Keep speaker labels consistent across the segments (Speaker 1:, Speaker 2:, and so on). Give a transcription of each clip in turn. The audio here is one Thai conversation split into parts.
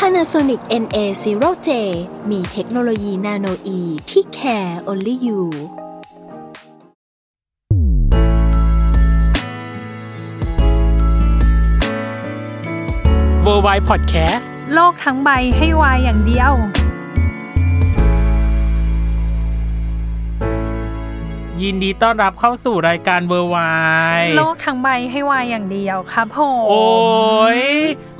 Speaker 1: Panasonic NA0J มีเทคโนโลยีนาโนอีที่ care only you
Speaker 2: w o r l d w i d e Podcast
Speaker 3: โลกทั้งใบให้วายอย่างเดียว
Speaker 2: ยินดีต้อนรับเข้าสู่รายการ w o r l d w i d e
Speaker 3: โลกทั้งใบให้วายอย่างเดียวครับผม
Speaker 2: โอ้ย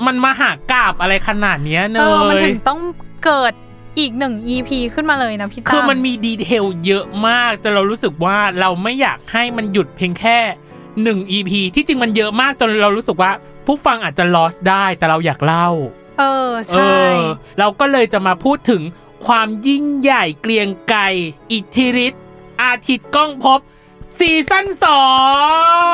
Speaker 2: มันมาหากาบอะไรขนาดเนี้ยเน
Speaker 3: เออมัน
Speaker 2: ย
Speaker 3: ถึงต้องเกิดอีกหนึ่ง EP ขึ้นมาเลยนะพี่ตั้ม
Speaker 2: คือมันมีดีเทลเยอะมากจนเรารู้สึกว่าเราไม่อยากให้มันหยุดเพียงแค่หนึ่ง EP ที่จริงมันเยอะมากจนเรารู้สึกว่า ผู้ฟังอาจจะ loss ได้แต่เราอยากเล่า
Speaker 3: เออ
Speaker 2: เอ
Speaker 3: ใช่
Speaker 2: อเราก็เลยจะมาพูดถึงความยิ่งใหญ่เกรียงไกรอิทธิฤทธิ์อาทิตย์ก้องพบซีซั่นสอ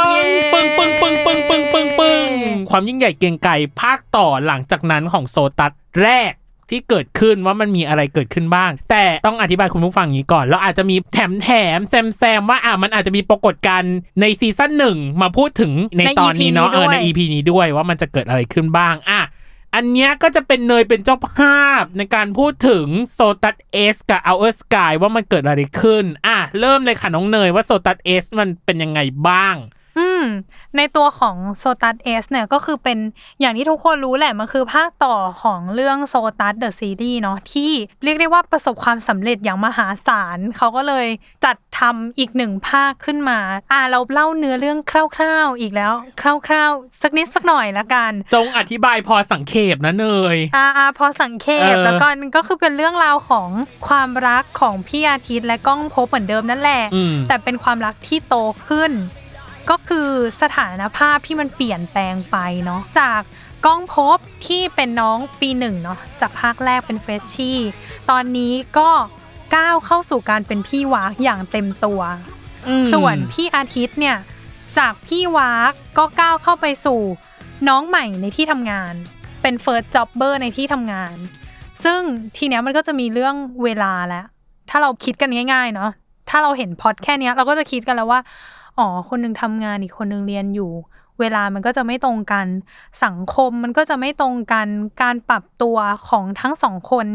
Speaker 2: ง
Speaker 3: เย้
Speaker 2: ปึ้งปึ้งปึ้งปึ้งปึ้งปึ้งปึ้งความยิ่งใหญ่เกรียงไกรภาคต่อหลังจากนั้นของโซตัสแรกที่เกิดขึ้นว่ามันมีอะไรเกิดขึ้นบ้าง แต่ต้องอธิบายคุณผู้ฟังอย่างนี้ก่อนเราอาจจะมีแถมแถมแซมแซมว่าอ่ะมันอาจจะมีปรากฏการณ์ในซีซั่นหนึ่งมาพูดถึงใน
Speaker 3: ใน
Speaker 2: ตอนนี้
Speaker 3: EP
Speaker 2: เนาะเออใน
Speaker 3: นี้ด้วย
Speaker 2: EP นี้ด้วยว่ามันจะเกิดอะไรขึ้นบ้างอ่ะ อันเนี้ยก็จะเป็นเนยเป็นเจ้าภาพในการพูดถึงโซตัสเอสกับเอาเอสกายว่ามันเกิดอะไรขึ้น อ่ะ เริ่มเลยค่ะน้องเนยว่าโซตัสเอสมันเป็นยังไงบ้าง
Speaker 3: อืมในตัวของโซตัสเอสเนี่ยก็คือเป็นอย่างที่ทุกคนรู้แหละ มันคือภาคต่อของเรื่องโซตัสเดอะซีรีส์เนาะที่เรียกได้ว่าประสบความสำเร็จอย่างมหาศาล เขาก็เลยจัดทำอีกหนึ่งภาคขึ้นมา อ่าเราเล่าเนื้อเรื่องคร่าวๆอีกแล้ว คร่าวๆ สักนิดสักหน่อยละกัน
Speaker 2: จงอธิบายพอสังเขปนะเนย
Speaker 3: อ่าอ่าพอสังเขป
Speaker 2: เออ
Speaker 3: แล้วก็มันก็คือเป็นเรื่องราวของความรักของพี่อาทิตย์และก้องพบเหมือนเดิมนั่นแหละ
Speaker 2: อืม
Speaker 3: แต่เป็นความรักที่โตขึ้น ก็คือสถานภาพที่มันเปลี่ยนแปลงไปเนาะจากก้องพบที่เป็นน้องปีหนึ่งเนาะจากภาคแรกเป็นเฟรชชี่ตอนนี้ก็ก้าวเข้าสู่การเป็นพี่วากอย่างเต็มตัว
Speaker 2: อืม
Speaker 3: ส่วนพี่อาทิตย์เนี่ยจากพี่วากก็ก้าวเข้าไปสู่น้องใหม่ในที่ทำงาน เป็นเฟิร์สจ็อบเบอร์ในที่ทำงาน ซึ่งทีเนี้ยมันก็จะมีเรื่องเวลาแล้วถ้าเราคิดกันง่ายๆเนาะถ้าเราเห็นพล็อดแค่เนี้ยเราก็จะคิดกันแล้วว่าอ๋อคนหนึงทำงานอีกคนหนึงเรียนอยู่ เวลามันก็จะไม่ตรงกัน สังคมมันก็จะไม่ตรงกันการปรับตัวของทั้งสองคน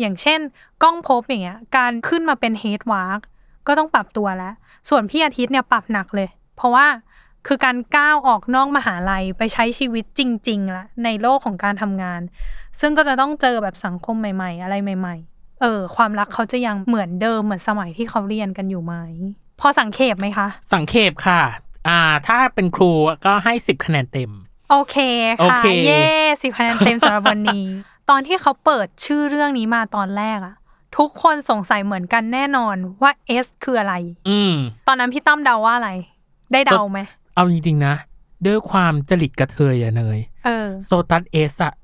Speaker 3: อย่างเช่นกล้องพบอย่างเงี้ยการขึ้นมาเป็นเฮดวาร์ก ก็ต้องปรับตัวแล้ว ส่วนพี่อาทิตย์เนี่ยปรับหนักเลย เพราะว่าคือการก้าวออกนอกมหาลัยไปใช้ชีวิตจริงๆละในโลกของการทำงาน ซึ่งก็จะต้องเจอแบบสังคมใหม่ ๆ อะไรใหม่ ๆ เออ ความรักเขาจะยังเหมือนเดิมเหมือนสมัยที่เขาเรียนกันอยู่ไหม พอสังเขปไหมคะ
Speaker 2: สังเขปค่ะ อ่า ถ้าเป็นครูก็ให้ 10 คะแนนเต็ม
Speaker 3: โอเค
Speaker 2: โอ
Speaker 3: ค่ะ
Speaker 2: เค
Speaker 3: เย่สิคะแนนเต็มสำหรับวัน นี้ ตอนที่เขาเปิดชื่อเรื่องนี้มาตอนแรกอะทุกคนสงสัยเหมือนกันแน่นอนว่า S คืออะไร
Speaker 2: อืม
Speaker 3: ตอนนั้นพี่ตั้มเดาว่าอะไร ได้เดาไหม
Speaker 2: เอาจริง ๆ นะ ด้วยความจริตกระเทยอะเนย
Speaker 3: เออ
Speaker 2: โซตัสเอสอะ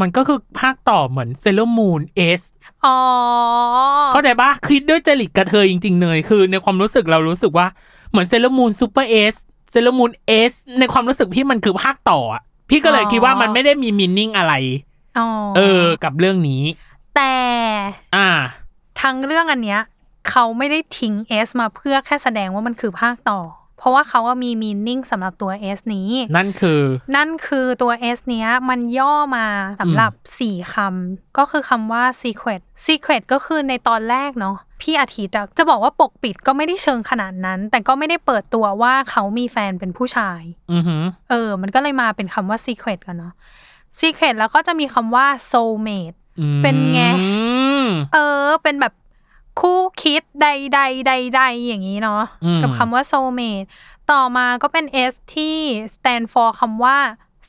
Speaker 2: มันก็คือภาคต่อเหมือนเซเลมูนเอส
Speaker 3: อ๋อ
Speaker 2: เข้าใจปะคิดด้วยจริตกระเทยจริง ๆ เลย คือในความรู้สึกเรารู้สึกว่าเหมือนเซเลมูนซูเปอร์เอสเซเลมูนเอสในความรู้สึกพี่มันคือภาคต่ออะพี่ก็เลย
Speaker 3: อ๋อ
Speaker 2: คิดว่ามันไม่ได้มีมินนิ่งอะไร
Speaker 3: อ๋อ
Speaker 2: เออ กับเรื่องนี้
Speaker 3: แต่
Speaker 2: อ่า
Speaker 3: ทั้งเรื่องอันเนี้ยเขาไม่ได้ทิ้ง S มาเพื่อแค่แสดงว่ามันคือภาคต่อ เพราะว่าเขาว่ามีมีนิ่งสำหรับตัว S นี้
Speaker 2: นั่นคือ
Speaker 3: นั่นคือตัว S เนี้ยมันย่อมาสำหรับ 4คำก็คือคำว่า Secret Secret ก็คือในตอนแรกเนาะพี่อาทิตย์อะจะบอกว่าปกปิดก็ไม่ได้เชิงขนาดนั้น แต่ก็ไม่ได้เปิดตัวว่าเขามีแฟนเป็นผู้ชาย
Speaker 2: อือหือ
Speaker 3: เออ มันก็เลยมาเป็นคำว่า Secret กันเนาะ Secret แล้วก็จะมีคำว่า Soulmate
Speaker 2: อืม
Speaker 3: เป็นไง
Speaker 2: อืม
Speaker 3: เออ เป็นแบบคู่คิดใดใดใดใดๆอย่างนี้เนาะ
Speaker 2: อืม
Speaker 3: กับคำว่า Soulmate ต่อมาก็เป็น S ที่ stand for คำว่า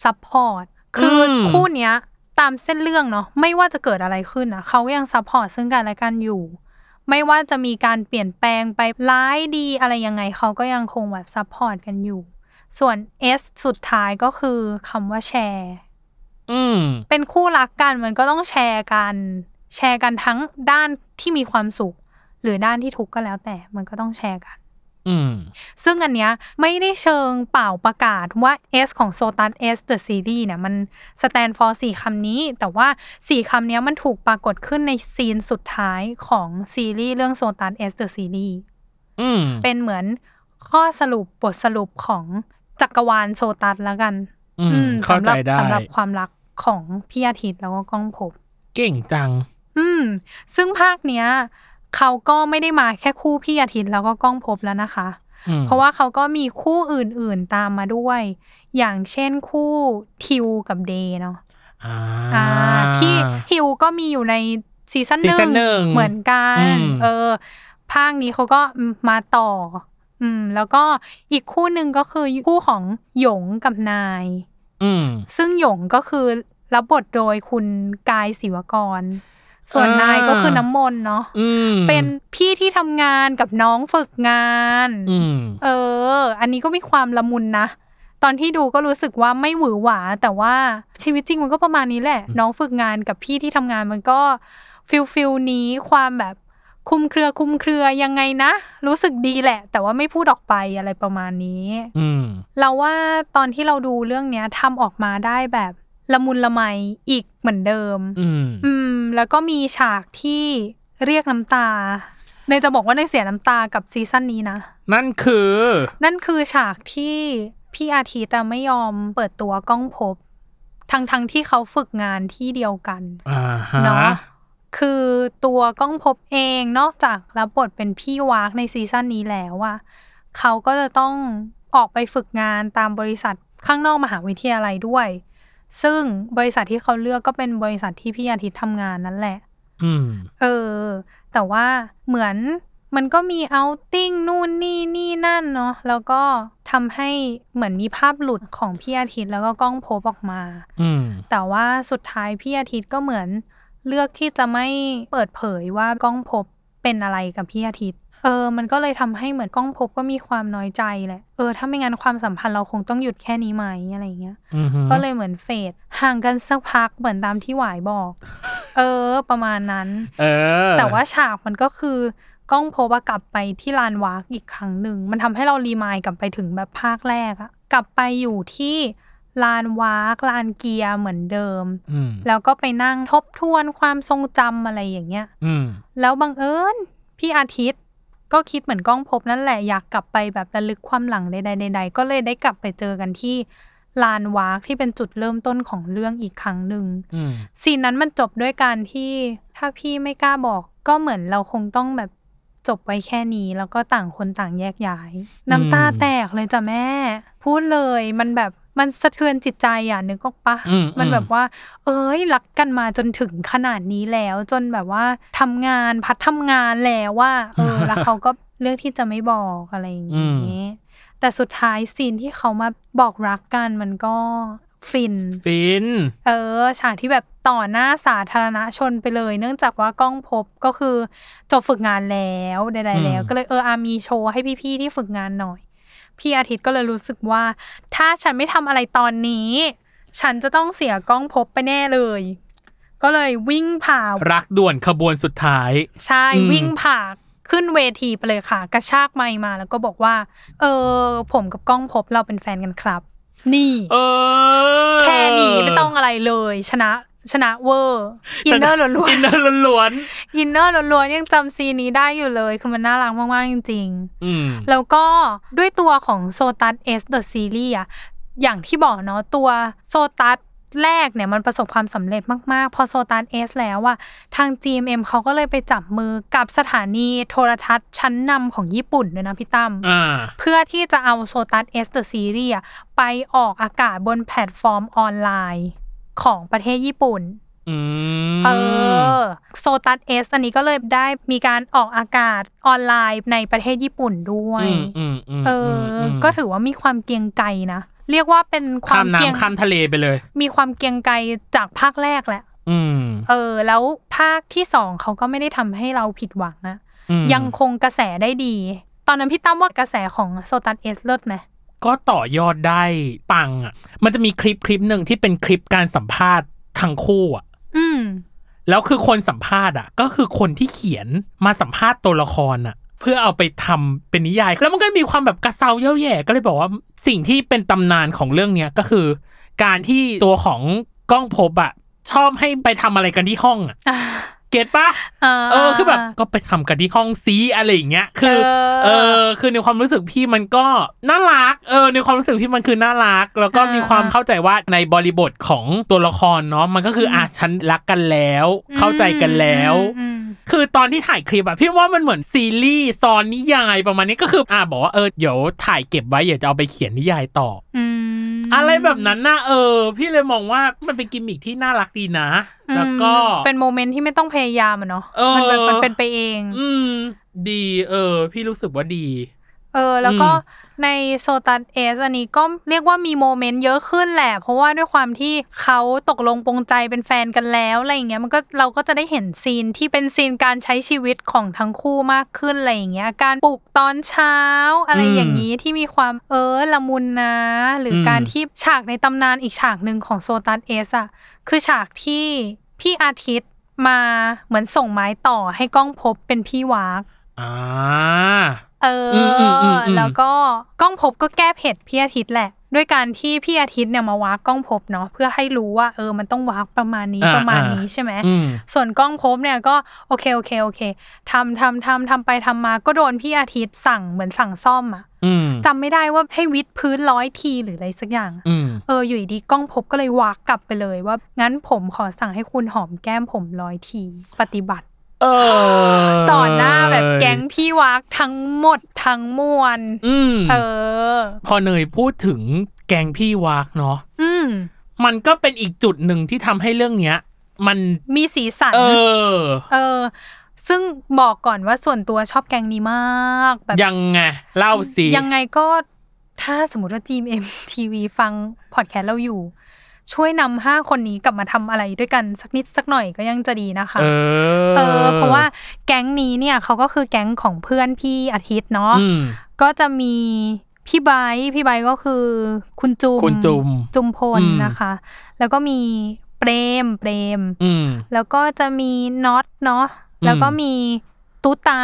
Speaker 3: support คืออ
Speaker 2: ม
Speaker 3: คู่เนี้ย ตามเส้นเรื่องเนาะ ไม่ว่าจะเกิดอะไรขึ้นอะเขาก็ยัง support ซึ่งกันและกันอยู่ ไม่ว่าจะมีการเปลี่ยนแปลงไปร้ายดีอะไรยังไงเขาก็ยังคงแบบ support กันอยู่ ส่วน S สุดท้ายก็คือคำว่าแชร์
Speaker 2: อืม
Speaker 3: เป็นคู่รักกันมันก็ต้องแชร์กัน แชร์กันทั้งด้านที่มีความสุข หรือด้านที่ทุกข์ก็แล้วแต่มันก็ต้องแชร์กัน
Speaker 2: อืม
Speaker 3: ซึ่งอันเนี้ยไม่ได้เชิงเปล่าประกาศว่า S ของ s o t a s S the series เนี่ยมัน stand for 4คำนี้ แต่ว่า 4คำเนี้ยมันถูกปรากฏขึ้นในซีนสุดท้ายของซีรีส์เรื่อง s o t a s S the series
Speaker 2: อืม
Speaker 3: เป็นเหมือนข้อสรุปบทสรุปของจักรวาลโซตัสแล้วกัน
Speaker 2: อืม
Speaker 3: อืม
Speaker 2: เข้า
Speaker 3: สำห
Speaker 2: ใจ
Speaker 3: รับ
Speaker 2: ได้
Speaker 3: สำหรับความรักของพี่อาทิตย์แล้วก็ก้องผม
Speaker 2: เก่งจัง
Speaker 3: อืม ซึ่งภาคเนี้ย เขาก็ไม่ได้มาแค่คู่พี่อาทิตย์แล้วก็ก้องภพบแล้วนะคะ
Speaker 2: อืม
Speaker 3: เพราะว่าเขาก็มีคู่อื่นๆตามมาด้วย อย่างเช่นคู่ทิวกับเดย์เนาะ
Speaker 2: อ่า
Speaker 3: อ่าที่ทิวก็มีอยู่ในซีซั่น
Speaker 2: ซีซั่นหนึ่ง
Speaker 3: เหมือนกัน
Speaker 2: อืม
Speaker 3: เออ ภาคนี้เขาก็มาต่อ อืม แล้วก็อีกคู่หนึ่งก็คือคู่ของหยงกับนาย
Speaker 2: อืม
Speaker 3: ซึ่งหยงก็คือรับบทโดยคุณกายศิวกร ส่วน
Speaker 2: อ่าน
Speaker 3: นายก็คือน้ำมนต์เนาะ
Speaker 2: อืม
Speaker 3: เป็นพี่ที่ทำงานกับน้องฝึกงาน
Speaker 2: อืม
Speaker 3: เออ อันนี้ก็มีความละมุนนะ ตอนที่ดูก็รู้สึกว่าไม่หวือหวา แต่ว่าชีวิตจริงมันก็ประมาณนี้แหละ น้องฝึกงานกับพี่ที่ทำงานมันก็ฟิลฟิลนี้ความแบบคลุมเครือคลุมเครือยังไงนะ รู้สึกดีแหละ แต่ว่าไม่พูดออกไปอะไรประมาณนี้
Speaker 2: อืม
Speaker 3: เราว่าตอนที่เราดูเรื่องเนี้ยทำออกมาได้แบบละมุนละไมอีกเหมือนเดิม
Speaker 2: อืม
Speaker 3: อืม แล้วก็มีฉากที่เรียกน้ำตาเนยจะบอกว่าเนยเสียน้ำตากับซีซั่นนี้นะ
Speaker 2: นั่นคือ
Speaker 3: นั่นคือฉากที่พี่อาทิตย์อะไม่ยอมเปิดตัวกล้องภพบ ทั้งทั้งๆที่เขาฝึกงานที่เดียวกัน
Speaker 2: อ่าฮะ
Speaker 3: เนาะ คือตัวกล้องภพบเองนอกจากรับบทเป็นพี่วากในซีซั่นนี้แล้วอะเขาก็จะต้องออกไปฝึกงานตามบริษัทข้างนอกมหาวิทยาลัยด้วย ซึ่งบริษัทที่เขาเลือกก็เป็นบริษัทที่พี่อาทิตย์ทำงานนั่นแหละ
Speaker 2: อืม
Speaker 3: เออ แต่ว่าเหมือนมันก็มีเอาติ้งนู่นนี่นี่นั่นเนาะแล้วก็ทำให้เหมือนมีภาพหลุดของพี่อาทิตย์แล้วก็กล้องโพบออกมา
Speaker 2: อืม
Speaker 3: แต่ว่าสุดท้ายพี่อาทิตย์ก็เหมือนเลือกที่จะไม่เปิดเผยว่ากล้องพบเป็นอะไรกับพี่อาทิตย์ เออ มันก็เลยทำให้เหมือนกล้องพบก็มีความน้อยใจแหละ เออ ถ้าไม่งั้นความสัมพันธ์เราคงต้องหยุดแค่นี้ไหมอะไรอย่างเงี้ย
Speaker 2: อืม
Speaker 3: ก็เลยเหมือนเฟดห่างกันสักพักเหมือนตามที่หวายบอก เออ ประมาณนั้น
Speaker 2: เออ
Speaker 3: แต่ว่าฉากมันก็คือกล้องโพบกลับไปที่ลานวากอีกครั้งหนึ่ง มันทำให้เรารีมายด์กลับไปถึงแบบภาคแรกอะกลับไปอยู่ที่ลานวากลานเกียร์เหมือนเดิม
Speaker 2: อืม
Speaker 3: แล้วก็ไปนั่งทบทวนความทรงจำอะไรอย่างเงี้ย
Speaker 2: อืม
Speaker 3: แล้วบังเอิญพี่อาทิตย์ก็คิดเหมือนกล้องภพบนั่นแหละอยากกลับไปแบบระลึกความหลังใดๆใดๆก็เลยได้กลับไปเจอกันที่ลานวากที่เป็นจุดเริ่มต้นของเรื่องอีกครั้งหนึ่ง
Speaker 2: อืม
Speaker 3: ซีนนั้นมันจบด้วยการที่ถ้าพี่ไม่กล้าบอกก็เหมือนเราคงต้องแบบจบไว้แค่นี้ แล้วก็ต่างคนต่างแยกย้าย น้ำตา
Speaker 2: อืม
Speaker 3: แตกเลยจ้ะแม่ พูดเลยมันแบบมันสะเทือนจิตใจอ่ะนึกออกปะ
Speaker 2: อืม
Speaker 3: มัน
Speaker 2: อืม
Speaker 3: แบบว่า เอ้ยรักกันมาจนถึงขนาดนี้แล้ว จนแบบว่าทำงานพัดทำงานแล้วว่าเอ อ แล้วเขาก็เลือกที่จะไม่บอกอะไรอย่างนี้ แต่สุดท้ายซีนที่เขามาบอกรักกันมันก็ฟิน
Speaker 2: ฟิน
Speaker 3: เออฉากที่แบบต่อหน้าสาธารณชนไปเลย เนื่องจากว่ากล้องพบก็คือจบฝึกงานแล้วใดๆแล้ว
Speaker 2: อืม
Speaker 3: ก็เลยเอออามีโชว์ให้พี่ๆที่ฝึกงานหน่อย พี่อาทิตย์ก็เลยรู้สึกว่า ถ้าฉันไม่ทำอะไรตอนนี้ ฉันจะต้องเสียกล้องพบไปแน่เลย ก็เลยวิ่งผ่า
Speaker 2: รักด่วนขบวนสุดท้าย
Speaker 3: ใช่
Speaker 2: อืม
Speaker 3: วิ่งผ่าขึ้นเวทีไปเลยค่ะ กระชากไมค์มาแล้วก็บอกว่า เออ ผมกับกล้องพบเราเป็นแฟนกันครับ นี่
Speaker 2: เออ
Speaker 3: แค่นี้ไม่ต้องอะไรเลย ชนะชนะเวอร์อินเนอร์ล้วน
Speaker 2: อินเนอร์ล้วน
Speaker 3: ๆอินเนอร์ล้วนๆยังจำซีนนี้ได้อยู่เลย คือมันน่ารักมากๆจริง ๆ
Speaker 2: ๆอืม
Speaker 3: แล้วก็ด้วยตัวของโซตัสเอสเดอะซีรีส์อะอย่างที่บอกเนาะตัวโซตัสแรกเนี่ยมันประสบความสำเร็จมาก ๆ พอโซตัสเอสแล้วอะทาง GMM เขาก็เลยไปจับมือกับสถานีโทรทัศน์ชั้นนำของญี่ปุ่นด้วยนะพี่ตั้ม
Speaker 2: อ่า
Speaker 3: เพื่อที่จะเอาโซตัสเอสเดอะซีรีส์ไปออกอากาศบนแพลตฟอร์มออนไลน์ของประเทศญี่ปุ่น
Speaker 2: อืม
Speaker 3: เออโซตัสเอสอันนี้ก็เลยได้มีการออกอากาศออนไลน์ในประเทศญี่ปุ่นด้วย
Speaker 2: อืมอืมอืม
Speaker 3: เอออ
Speaker 2: ม
Speaker 3: ก็ถือว่ามีความเกรียงไกรนะ เรียกว่าเป็นควา
Speaker 2: ข้าม ม
Speaker 3: เกรียง
Speaker 2: น้ำข้ามทะเลไปเลย
Speaker 3: มีความเกรียงไกรจากภาคแรกแหละ
Speaker 2: อืม
Speaker 3: เออ แล้วภาคที่สองเขาก็ไม่ได้ทำให้เราผิดหวังอะ
Speaker 2: อืม
Speaker 3: ยังคงกระแสได้ดี ตอนนั้นพี่ตั้มว่ากระแสของโซตัสเอสเลิศไหม
Speaker 2: ก็ต่อยอดได้ปังอ่ะ มันจะมีคลิปคลิปหนึ่งที่เป็นคลิปการสัมภาษณ์ทั้งคู่อ่ะ
Speaker 3: อืม
Speaker 2: แล้วคือคนสัมภาษณ์อ่ะ ก็คือคนที่เขียนมาสัมภาษณ์ตัวละครอ่ะ เพื่อเอาไปทำเป็นนิยาย แล้วมันก็มีความแบบกระเซาเย่าแย่ก็เลยบอกว่าสิ่งที่เป็นตำนานของเรื่องเนี้ยก็คือ การที่ตัวของก้องภพบอ่ะชอบให้ไปทำอะไรกันที่ห้องอ่ะ
Speaker 3: อ่า
Speaker 2: เก็ตปะ
Speaker 3: า
Speaker 2: เออคือแบบก็ไปทำกันที่ห้องซีอะไรอย่างเงี้ยคือ
Speaker 3: เออ
Speaker 2: เออคือในความรู้สึกพี่มันก็น่ารักเออในความรู้สึกพี่มันคือน่ารัก แล้วก็
Speaker 3: อ่ามี
Speaker 2: มีความเข้าใจว่าในบริบทของตัวละครเนาะมันก็คืออ่ะฉันรักกันแล้ว เข้าใจกันแล้ว
Speaker 3: อืมอืม
Speaker 2: คือตอนที่ถ่ายคลิปอะพี่ว่ามันเหมือนซีรีส์ซอนนิยายประมาณนี้ก็คืออ่ะบอกว่าเออเดี๋ยวถ่ายเก็บไว้เดี๋ยวจะเอาไปเขียนนิยายต่อ
Speaker 3: อืม
Speaker 2: ออะไรแบบนั้นนะเออ พี่เลยมองว่ามันเป็นกิมมิคที่น่ารักดีนะ
Speaker 3: อืม
Speaker 2: แล้วก็
Speaker 3: เป็นโมเมนต์ที่ไม่ต้องพยายามอะเนาะ
Speaker 2: เออ
Speaker 3: มันแบบมันเป็นไปเอง
Speaker 2: อืม ดีเออ พี่รู้สึกว่าดี
Speaker 3: เออ แล้วก็
Speaker 2: อืม
Speaker 3: ในโซตัสเอสอันนี้ก็เรียกว่ามีโมเมนต์เยอะขึ้นแหละ เพราะว่าด้วยความที่เขาตกลงปรงใจเป็นแฟนกันแล้วอะไรอย่างเงี้ยมันก็เราก็จะได้เห็นซีนที่เป็นซีนการใช้ชีวิตของทั้งคู่มากขึ้นอะไรอย่างเงี้ยการปลุกตอนเช้าอะไรอย่างนี้ที่มีความเออละมุนนะ หรืออ
Speaker 2: ม
Speaker 3: การที่ฉากในตำนานอีกฉากหนึ่งของโซตัสเอสอะ คือฉากที่พี่อาทิตย์มาเหมือนส่งไม้ต่อให้ก้องภพบเป็นพี่วาก
Speaker 2: อ่า
Speaker 3: เออ
Speaker 2: ม
Speaker 3: อ
Speaker 2: อืมอืมอืม
Speaker 3: แล้วก็ก้องภพบก็แก้เผ็ดพี่อาทิตย์แหละ ด้วยการที่พี่อาทิตย์เนี่ยมาวากก้องภพบเนาะเพื่อให้รู้ว่าเออมันต้องวากประมาณนี้
Speaker 2: อ่า
Speaker 3: ประมาณ
Speaker 2: อ่านี้
Speaker 3: นี้ใช่ไหม
Speaker 2: อืม
Speaker 3: ส่วนกล้องภพบเนี่ยก็โอเคโอเคโอเคทำทำทำทำไปทำมาก็โดนพี่อาทิตย์สั่งเหมือนสั่งซ่อมอะ
Speaker 2: อืม
Speaker 3: จำไม่ได้ว่าให้วิดพื้นร้อยทีหรืออะไรสักอย่างอะ
Speaker 2: อืม
Speaker 3: เอออยู่ดีๆกล้องภพบก็เลยวากกลับไปเลยว่า งั้นผมขอสั่งให้คุณหอมแก้มผมร้อยทีปฏิบัติ
Speaker 2: เออ
Speaker 3: ต่อหน้าแบบแก๊งพี่วากทั้งหมดทั้งมวล
Speaker 2: อืม
Speaker 3: เออ
Speaker 2: พอเนยพูดถึงแกงพี่วากเนาะ
Speaker 3: อืม
Speaker 2: มันก็เป็นอีกจุดหนึ่งที่ทำให้เรื่องเนี้ย มัน
Speaker 3: มีสีสัน
Speaker 2: เออ
Speaker 3: เออ ซึ่งบอกก่อนว่าส่วนตัวชอบแก๊งนี้มากแบบ
Speaker 2: ยังไง เล่าสิ
Speaker 3: ยังไงก็ถ้าสมมติว่า GMM TV ฟังพอดแคสต์เราอยู่ ช่วยนำห้าคนนี้กลับมาทำอะไรด้วยกันสักนิดสักหน่อยก็ยังจะดีนะคะ
Speaker 2: เออ
Speaker 3: เออเพราะว่าแก๊งนี้เนี่ยเขาก็คือแก๊งของเพื่อนพี่อาทิตย์เนาะ
Speaker 2: อืม
Speaker 3: ก็จะมีพี่ไบร์ทพี่ไบร์ทก็คือคุณจุม
Speaker 2: คุณจุม
Speaker 3: จุมพล
Speaker 2: อืม
Speaker 3: นะคะ แล้วก็มีเปรมเปรม
Speaker 2: อืม
Speaker 3: แล้วก็จะมีน็อตเนาะแล้วก็มีตุ๊ตา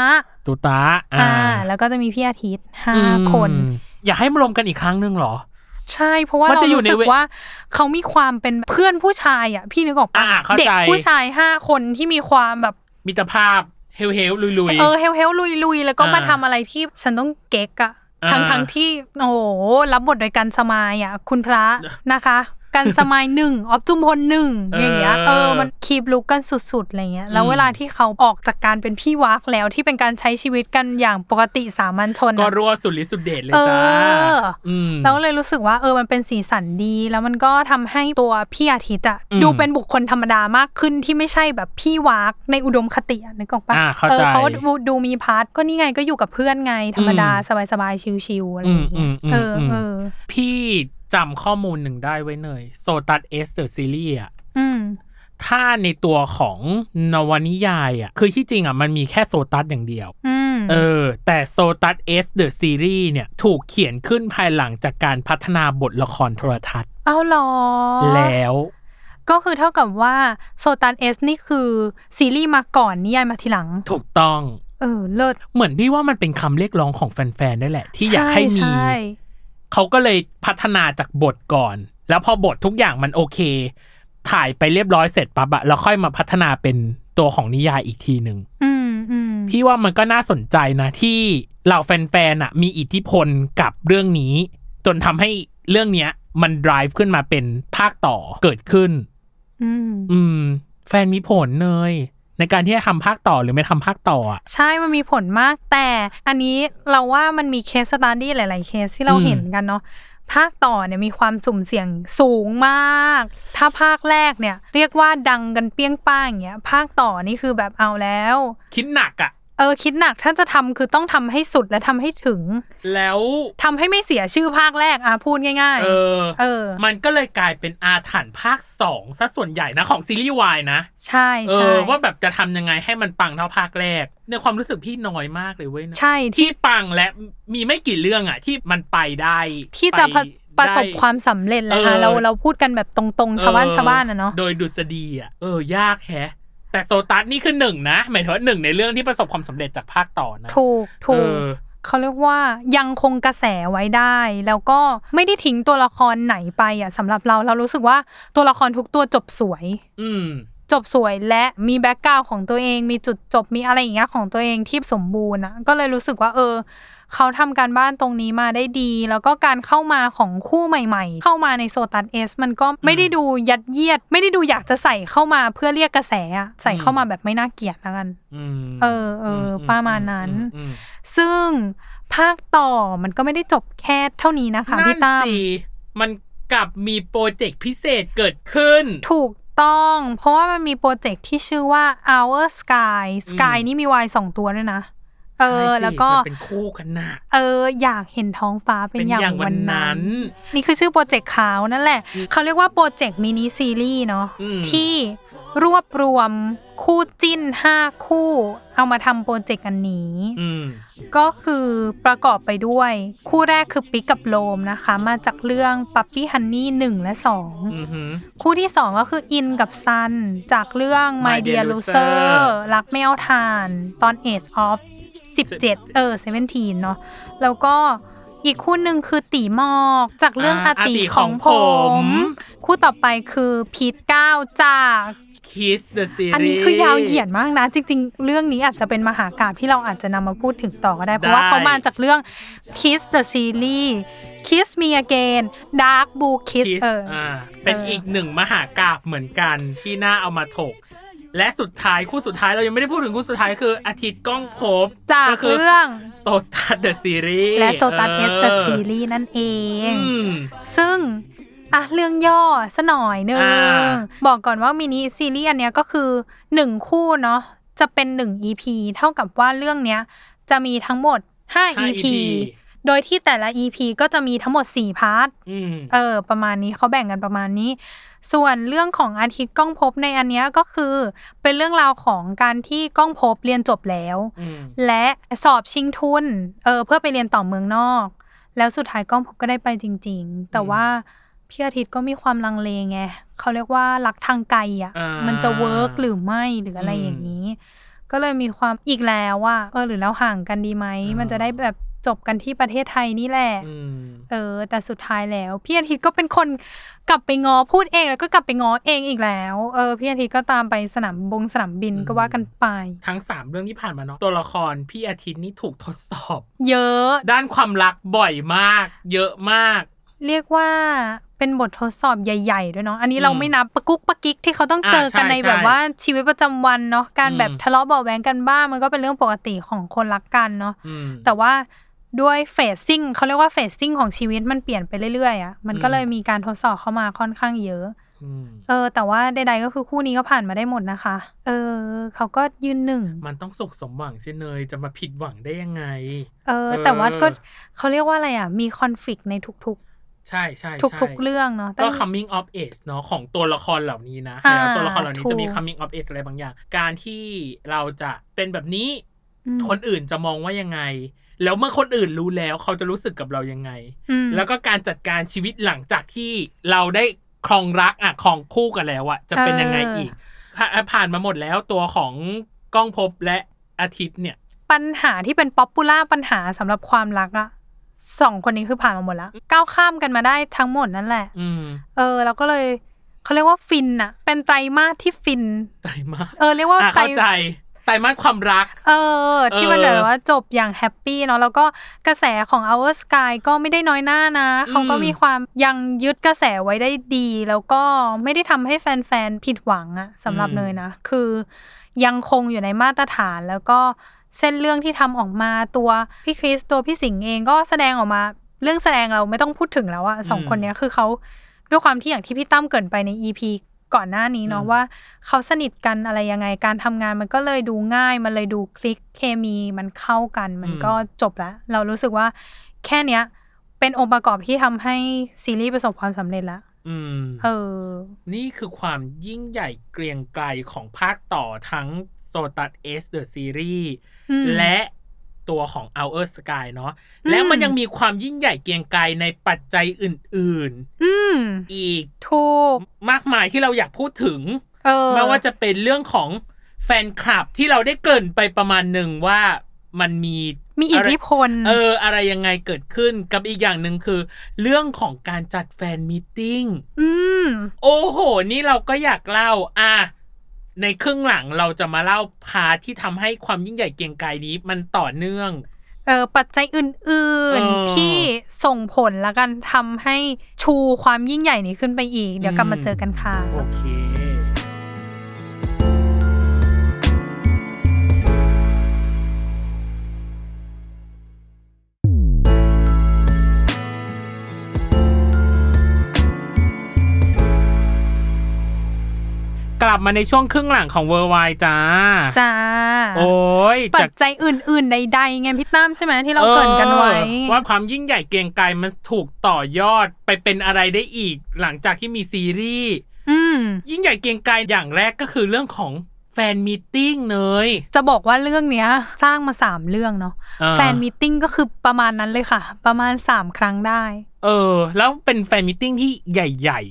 Speaker 2: ตุตาอ่า
Speaker 3: อ่า แล้วก็จะมีพี่อาทิตย์ห้า
Speaker 2: อืม
Speaker 3: คน
Speaker 2: อยากให้มารวมกันอีกครั้งหนึ่งเหรอ
Speaker 3: ใช่เพราะว่า
Speaker 2: มัน
Speaker 3: เรา
Speaker 2: จะอยู่
Speaker 3: รู้สึก
Speaker 2: ในเว
Speaker 3: ว่าเขามีความเป็นเพื่อนผู้ชายอ่ะพี่นึกออกปะ
Speaker 2: อ่าเข้าใจ
Speaker 3: เด็กผู้ชายห้าคนที่มีความแบบ
Speaker 2: มิตรภาพเฮลเฮลลุยลุย
Speaker 3: เออเฮลเฮลลุยลุยๆ แล้วก็
Speaker 2: อ่าม
Speaker 3: มาทำอะไรที่ฉันต้องเก๊กอะ
Speaker 2: อ่า
Speaker 3: ทั้งทั้งๆที่โอ้โหรับบทโดยกันสมายอะคุณพระนะคะ กันสมายหนึ่งออฟจุมพลหนึ่งอย่างเงี้ยเออมันคีบลุกกันสุดๆอะไรเงี้ยแล้วเวลาที่เขาออกจากการเป็นพี่วักแล้วที่เป็นการใช้ชีวิตกันอย่างปกติสามัญชน
Speaker 2: ก็
Speaker 3: อะ
Speaker 2: รั่วสุดฤทธิ์สุดเดชเลยจ้า
Speaker 3: เออ
Speaker 2: ม
Speaker 3: เราก็เลยรู้สึกว่าเออมันเป็นสีสันดี แล้วมันก็ทำให้ตัวพี่อาทิตย์อะ
Speaker 2: อืม
Speaker 3: ดูเป็นบุคคลธรรมดามากขึ้นที่ไม่ใช่แบบพี่วากในอุดมคติอะนึกออกปะ
Speaker 2: อ่าเข้าใจ
Speaker 3: ออเขาดูดูมีพาร์ทก็นี่ไงก็อยู่กับเพื่อนไงธรรมดาสบายๆ ชิวๆอะไรอย่างเงี้ย
Speaker 2: อืมอืมอืม
Speaker 3: เออ
Speaker 2: อืม
Speaker 3: เออ
Speaker 2: พี่จำข้อมูลหนึ่งได้ไว้เนยโซตัสเอสเดอะซีรีส์อ่ะ
Speaker 3: อืม
Speaker 2: ถ้าในตัวของนวนิยายอ่ะ คือที่จริงอ่ะ มันมีแค่โซตัสอย่างเดียว
Speaker 3: อืม
Speaker 2: เออ แต่โซตัสเอสเดอะซีรีส์เนี่ย ถูกเขียนขึ้นภายหลังจากการพัฒนาบทละครโทรทัศน์
Speaker 3: เอาเหรอ
Speaker 2: แล้ว
Speaker 3: ก็คือเท่ากับว่าโซตันเอสนี่คือซีรีส์มาก่อนนิยายมาทีหลัง
Speaker 2: ถูกต้อง
Speaker 3: เออเลิศ
Speaker 2: เหมือนพี่ว่ามันเป็นคำเรียกร้องของแฟนๆได้แหละ ที่อยากให้มี
Speaker 3: ใช่
Speaker 2: เขาก็เลยพัฒนาจากบทก่อน แล้วพอบททุกอย่างมันโอเค ถ่ายไปเรียบร้อยเสร็จปั๊บอะแล้วค่อยมาพัฒนาเป็นตัวของนิยายอีกทีหนึ่ง
Speaker 3: ๆอืมอืม
Speaker 2: พี่ว่ามันก็น่าสนใจนะที่เหล่าแฟนๆน่ะมีอิทธิพลกับเรื่องนี้ จนทำให้เรื่องเนี้ย มัน drive ขึ้นมาเป็นภาคต่อเกิดขึ้น
Speaker 3: อืม
Speaker 2: อืม แฟนมีผลเลย ในการที่จะทำภาคต่อหรือไม่ทำภาคต่ออ่ะ
Speaker 3: ใช่ มันมีผลมาก แต่อันนี้เราว่ามันมีเคสสตาร์ดี้หลาย ๆ เคสที่เรา
Speaker 2: อืม
Speaker 3: เห็นกันเนาะ ภาคต่อเนี่ยมีความสุ่มเสี่ยงสูงมาก ถ้าภาคแรกเนี่ย เรียกว่าดังกันเปี้ยงป้างอย่างเงี้ย ภาคต่อนี่คือแบบเอาแล้ว
Speaker 2: คิดหนักอ่ะ
Speaker 3: เออคิดหนักถ้าจะทำคือต้องทำให้สุดและทำให้ถึง
Speaker 2: แล้ว
Speaker 3: ทำให้ไม่เสียชื่อภาคแรกอ่ะพูดง่าย
Speaker 2: เอ
Speaker 3: ๆ
Speaker 2: อ
Speaker 3: เออ
Speaker 2: มันก็เลยกลายเป็นอาถรรพ์ภาคสองซะส่วนใหญ่นะของซีรีส์วายนะ
Speaker 3: ใช่
Speaker 2: เอ
Speaker 3: ใช่
Speaker 2: อ ว่าแบบจะทำยังไงให้มันปังเท่าภาคแรก ในความรู้สึกพี่น้อยมากเลยเว้ยนะ
Speaker 3: ใช่ที่
Speaker 2: ที่ปังและมีไม่กี่เรื่องอะที่มันไปได้
Speaker 3: ที่จะ
Speaker 2: ไ
Speaker 3: ประประสบ
Speaker 2: ได้
Speaker 3: ความสำเร็จแหละ
Speaker 2: เอ
Speaker 3: ค่ะ
Speaker 2: อ
Speaker 3: เราเราพูดกันแบบตรง ๆ ชาวบ้านชาวบ้านอะเนาะ
Speaker 2: โดยดุษฎีอะเออ ยากแฮะ แต่โซตัสนี่คือหนึ่งนะหมายถึงว่าหนึ่งในเรื่องที่ประสบความสำเร็จจากภาคต่อนะ
Speaker 3: ถูกถู
Speaker 2: เอก อ
Speaker 3: เขาเรียกว่ายังคงกระแสไว้ได้ แล้วก็ไม่ได้ทิ้งตัวละครไหนไปอ่ะสำหรับเราเรารู้สึกว่าตัวละครทุกตัวจบสวย
Speaker 2: อืม
Speaker 3: จบสวยและมีแบ็กกราวของตัวเอง มีจุดจบมีอะไรอย่างเงี้ยของตัวเองที่สมบูรณ์อ่ะก็เลยรู้สึกว่า เออ เขาทำการบ้านตรงนี้มาได้ดี แล้วก็การเข้ามาของคู่ใหม่ ๆ เข้ามาในโซตัสเอสมันก็ไม่ได้ดูยัดเยียด ไม่ได้ดูอยากจะใส่เข้ามาเพื่อเรียกกระแสอะใส่เข้ามาแบบไม่น่าเกลียดแล้วกัน
Speaker 2: อืม
Speaker 3: เออเออ
Speaker 2: ม
Speaker 3: ประมาณนั้น
Speaker 2: อืม
Speaker 3: ซึ่งภาคต่อมันก็ไม่ได้จบแค่เท่านี้นะคะ
Speaker 2: นั่
Speaker 3: พี่
Speaker 2: น
Speaker 3: ตั้ม
Speaker 2: สิมันกลับมีโปรเจกต์พิเศษเกิดขึ้น
Speaker 3: ถูกต้อง เพราะว่ามันมีโปรเจกต์ที่ชื่อว่า Our Sky Sky
Speaker 2: อืม
Speaker 3: นี่มีวายสองตัวด้วยนะ เออ
Speaker 2: ใช่สิ
Speaker 3: แล้วก็
Speaker 2: มันเป็นคู่กันนะ
Speaker 3: เอออยากเห็นท้องฟ้าเป็นอย่างวันนั้น นี่คือชื่อโปรเจกต์เขานั่นแหละ เขาเรียกว่าโปรเจกต์มินิซีรีส์เนาะ
Speaker 2: อืม
Speaker 3: ที่รวบรวมคู่จิ้น 5 คู่ เอามาทำโปรเจกต์อันนี้
Speaker 2: อืม
Speaker 3: ก็คือประกอบไปด้วย คู่แรกคือปิกกับโลมนะคะ มาจากเรื่อง Puppy Honey 1 และ
Speaker 2: อือหือ
Speaker 3: 2 คู่ที่ 2 ก็คืออินกับซัน จากเรื่อง My
Speaker 2: My Dear
Speaker 3: Dear Loser
Speaker 2: Loser
Speaker 3: รักไม่เอาทาน ตอน Age of 17 เออ 17 เนาะแล้วก็อีกคู่หนึ่งคือตีหมอกจากเรื่องอา
Speaker 2: อ่า
Speaker 3: ติ
Speaker 2: อาติข
Speaker 3: ขอ
Speaker 2: อง ง
Speaker 3: ผ
Speaker 2: ผม ม
Speaker 3: คู่ต่อไปคือพีทเก้าจาก
Speaker 2: Kiss the series
Speaker 3: อันนี้คือยาวเหยียดมากนะ จริง ๆ เรื่องนี้อาจจะเป็นมหากาพย์ที่เราอาจจะนำมาพูดถึงต่อก็ได้ เพราะว่า
Speaker 2: ได้
Speaker 3: เขามาจากเรื่อง Kiss the Series Kiss Me Again Dark Blue Kiss
Speaker 2: Kiss
Speaker 3: เอออ
Speaker 2: อ่าเป็น
Speaker 3: เอออี
Speaker 2: อีกหนึ่งมหากาบเหมือนกันที่น่าเอามาถก และสุดท้ายคู่สุดท้ายเรายังไม่ได้พูดถึงคู่สุดท้ายคืออาทิตย์ก้องภพ
Speaker 3: จาก
Speaker 2: ก็คื
Speaker 3: เรื่อง
Speaker 2: โซตัสเดอะซีรีส์
Speaker 3: และโซตัสเอสเดอะซี
Speaker 2: ส์
Speaker 3: รีนั่นเอง
Speaker 2: อืม
Speaker 3: ซึ่ง อ่ะ เรื่องย่อสะหน่อยหนึง
Speaker 2: อ่า
Speaker 3: บอกก่อนว่ามินิซีรีส์อันเนี้ยก็คือ 1 คู่เนาะจะเป็น 1 EP เท่ากับว่าเรื่องเนี้ยจะมีทั้งหมด 5
Speaker 2: ห้า
Speaker 3: EP
Speaker 2: EP
Speaker 3: โดยที่แต่ละ EP ก็จะมีทั้งหมด 4 พาร์ท
Speaker 2: อืม
Speaker 3: เออ ประมาณนี้เขาแบ่งกันประมาณนี้ ส่วนเรื่องของอาทิตย์ก้องภพในอันเนี้ยก็คือ เป็นเรื่องราวของการที่ก้องภพเรียนจบแล้ว
Speaker 2: อืม
Speaker 3: และสอบชิงทุน เออ เพื่อไปเรียนต่อเมืองนอก แล้วสุดท้ายก้องภพก็ได้ไปจริง ๆ แต่
Speaker 2: อืม
Speaker 3: ว่าพี่อาทิตย์ก็มีความลังเลไงเขาเรียกว่ารักทางไกลอ่ะ
Speaker 2: อ่ามั
Speaker 3: มันจะเวิร์กหรือไม่หรืออะไร
Speaker 2: อืม
Speaker 3: อย่างนี้ ก็เลยมีความอีกแล้วว่า เออ หรือเราห่างกันดีไหม
Speaker 2: อ่ามั
Speaker 3: มันจะได้แบบจบกันที่ประเทศไทยนี่แหละ
Speaker 2: อืม
Speaker 3: เออแต่สุดท้ายแล้ว พี่อาทิตย์ก็เป็นคนกลับไปงอพูดเองแล้วก็กลับไปงอเองอีกแล้ว เออพี่อาทิตย์ก็ตามไปสนามบงสนามบิน
Speaker 2: อืม
Speaker 3: ก็ว่ากันไป
Speaker 2: ทั้งสามเรื่องที่ผ่านมาเนาะตัวละครพี่อาทิตย์นี่ถูกทดสอบ
Speaker 3: เยอะ
Speaker 2: ด้านความรักบ่อยมาก เยอะมาก
Speaker 3: เรียกว่าเป็นบททดสอบใหญ่ๆด้วยเนาะอันนี้เรา
Speaker 2: อืม
Speaker 3: ไม่นับปะกุกปะกิกที่เขาต้อง
Speaker 2: อ่า
Speaker 3: เจอกัน
Speaker 2: ใช่
Speaker 3: ใน
Speaker 2: ใช่
Speaker 3: แบบว่าชีวิตประจำวันเนาะการ
Speaker 2: อืม
Speaker 3: แบบทะเลาะเบาะแวงกันบ้างมันก็เป็นเรื่องปกติของคนรักกันเนาะ
Speaker 2: อืม
Speaker 3: แต่ว่าด้วยเฟสซิ่งเขาเรียกว่าเฟสซิ่งของชีวิตมันเปลี่ยนไปเรื่อยๆอะ่ะมันก็
Speaker 2: อืม
Speaker 3: เลยมีการทดสอบเข้ามาค่อนข้างเยอะ
Speaker 2: อืม
Speaker 3: เออแต่ว่าใดๆก็คือคู่นี้ก็ผ่านมาได้หมดนะคะ เออเขาก็ยืนหนึ่ง
Speaker 2: มันต้องสุขสมหวังสิเนยจะมาผิดหวังได้ยังไง
Speaker 3: เออ
Speaker 2: เออ
Speaker 3: แต่ว่าก็เขาเรียกว่าอะไรอ่ะ มีคอนฟ lict ในทุก
Speaker 2: ใช่ใช่
Speaker 3: ๆ
Speaker 2: ใช่
Speaker 3: ทุกๆเรื่องเนาะ
Speaker 2: ก็
Speaker 3: แต่
Speaker 2: coming of age เนาะของตัวละครเหล่านี้นะ
Speaker 3: อ่า
Speaker 2: แล้วตัวละครเหล่านี้จะมี
Speaker 3: ถูก
Speaker 2: coming of age อะไรบางอย่าง การที่เราจะเป็นแบบนี้
Speaker 3: อืม
Speaker 2: คนอื่นจะมองว่ายังไง แล้วเมื่อคนอื่นรู้แล้วเขาจะรู้สึกกับเรายังไง
Speaker 3: อืม
Speaker 2: แล้วก็การจัดการชีวิตหลังจากที่เราได้ครองรักอ่ะครองคู่กันแล้วอะจะเป็นยังไง
Speaker 3: เอออี
Speaker 2: อีกผ่าผ่านมาหมดแล้วตัวของก้องภพและอาทิตย์เนี่ย
Speaker 3: ปัญหาที่เป็นป๊อปปูล่าปัญหาสำหรับความรักอะสองคนนี้คือผ่านมาหมดละก้าวข้ามกันมาได้ทั้งหมดนั่นแหละ
Speaker 2: อืม
Speaker 3: เออเราก็เลยเขาเรียกว่าฟินอะเป็นไตรมาสที่ฟิน
Speaker 2: ไตรมาส
Speaker 3: เออเรียกว่า
Speaker 2: อ่ะ
Speaker 3: ไตร
Speaker 2: เข้าใจไตรมาสความรัก
Speaker 3: เออ ที่มัน
Speaker 2: เออ
Speaker 3: แบบว่าจบอย่างแฮปปี้เนาะแล้วก็กระแสของ Our Sky ก็ไม่ได้น้อยหน้านะ
Speaker 2: อืม
Speaker 3: เขาก็มีความยังยึดกระแสไว้ได้ดี แล้วก็ไม่ได้ทำให้แฟนๆผิดหวังอะสำหรับเนยนะ คือยังคงอยู่ในมาตรฐานแล้วก็เส้นเรื่องที่ทำออกมาตัวพี่คริสตัวพี่สิงห์เองก็แสดงออกมาเรื่องแสดงเราไม่ต้องพูดถึงแล้วอะสองคนเนี้ยคือเขาด้วยความที่อย่างที่พี่ตั้มเกรินไปใน EP ก่อนหน้านี้เนาะ
Speaker 2: อืม
Speaker 3: ว่าเขาสนิทกันอะไรยังไงการทำงานมันก็เลยดูง่าย มันเลยดูคลิกเคมีมันเข้ากัน มันก็จบละเรารู้สึกว่าแค่เนี้ย เป็นองค์ประกอบที่ทำให้ซีรีส์ประสบความสำเร็จละ
Speaker 2: อืม
Speaker 3: เออ
Speaker 2: นี่คือความยิ่งใหญ่เกรียงไกรของภาคต่อทั้งโซตัสเอสเดอะซีรีส์
Speaker 3: อืม
Speaker 2: และตัวของ Our Sky เนาะ
Speaker 3: อืม
Speaker 2: และมันยังมีความยิ่งใหญ่เกรียงไกรในปัจจัยอื่น
Speaker 3: อืม
Speaker 2: ๆ อีก
Speaker 3: ถูก
Speaker 2: มากมายที่เราอยากพูดถึง
Speaker 3: เออ
Speaker 2: ไม่ว่าจะเป็นเรื่องของ แฟนคลับที่เราได้เกริ่นไปประมาณหนึ่งว่ามันมี
Speaker 3: มีอิทธิพล
Speaker 2: เอออะไรยังไงเกิดขึ้นกับอีกอย่างหนึ่งคือ เรื่องของการจัดแฟนมตติง
Speaker 3: อืม
Speaker 2: โอ้โห นี่เราก็อยากเล่า อ่ะ ในครึ่งหลังเราจะมาเล่าพาร์ทที่ทำให้ความยิ่งใหญ่เกรียงไกรนี้มันต่อเนื่อง
Speaker 3: เออปัจจัยอื่น
Speaker 2: เออ
Speaker 3: ๆ ที่ส่งผลแล้วกันทำให้ชูความยิ่งใหญ่นี้ขึ้นไปอีก เดี๋ยวกลับมา
Speaker 2: อืม
Speaker 3: เจอกันค่ะ
Speaker 2: โอเค กลับมาในช่วงครึ่งหลังของเวอร์ไวจ้า
Speaker 3: จ้า
Speaker 2: โอ้ย
Speaker 3: ปั
Speaker 2: จา
Speaker 3: จ
Speaker 2: ก
Speaker 3: จัยอื่น ๆ ใด ๆ ไงพี่ตั้มใช่ไหมที่เราเกรินกันไว้
Speaker 2: เออว่าความยิ่งใหญ่เกรียงไกรมันถูกต่อยอดไปเป็นอะไรได้อีก หลังจากที่มีซีรีส์
Speaker 3: อืม
Speaker 2: ยิ่งใหญ่เกรียงไกรอย่างแรกก็คือเรื่องของแฟนมีตติ้งเนย
Speaker 3: จะบอกว่าเรื่องเนี้ย สร้างมาสามเรื่องเนาะ
Speaker 2: เออ
Speaker 3: แฟนมิทติ้งก็คือประมาณนั้นเลยค่ะ ประมาณสามครั้งได้
Speaker 2: เออ แล้วเป็นแฟนมีตติ้งที่ใหญ่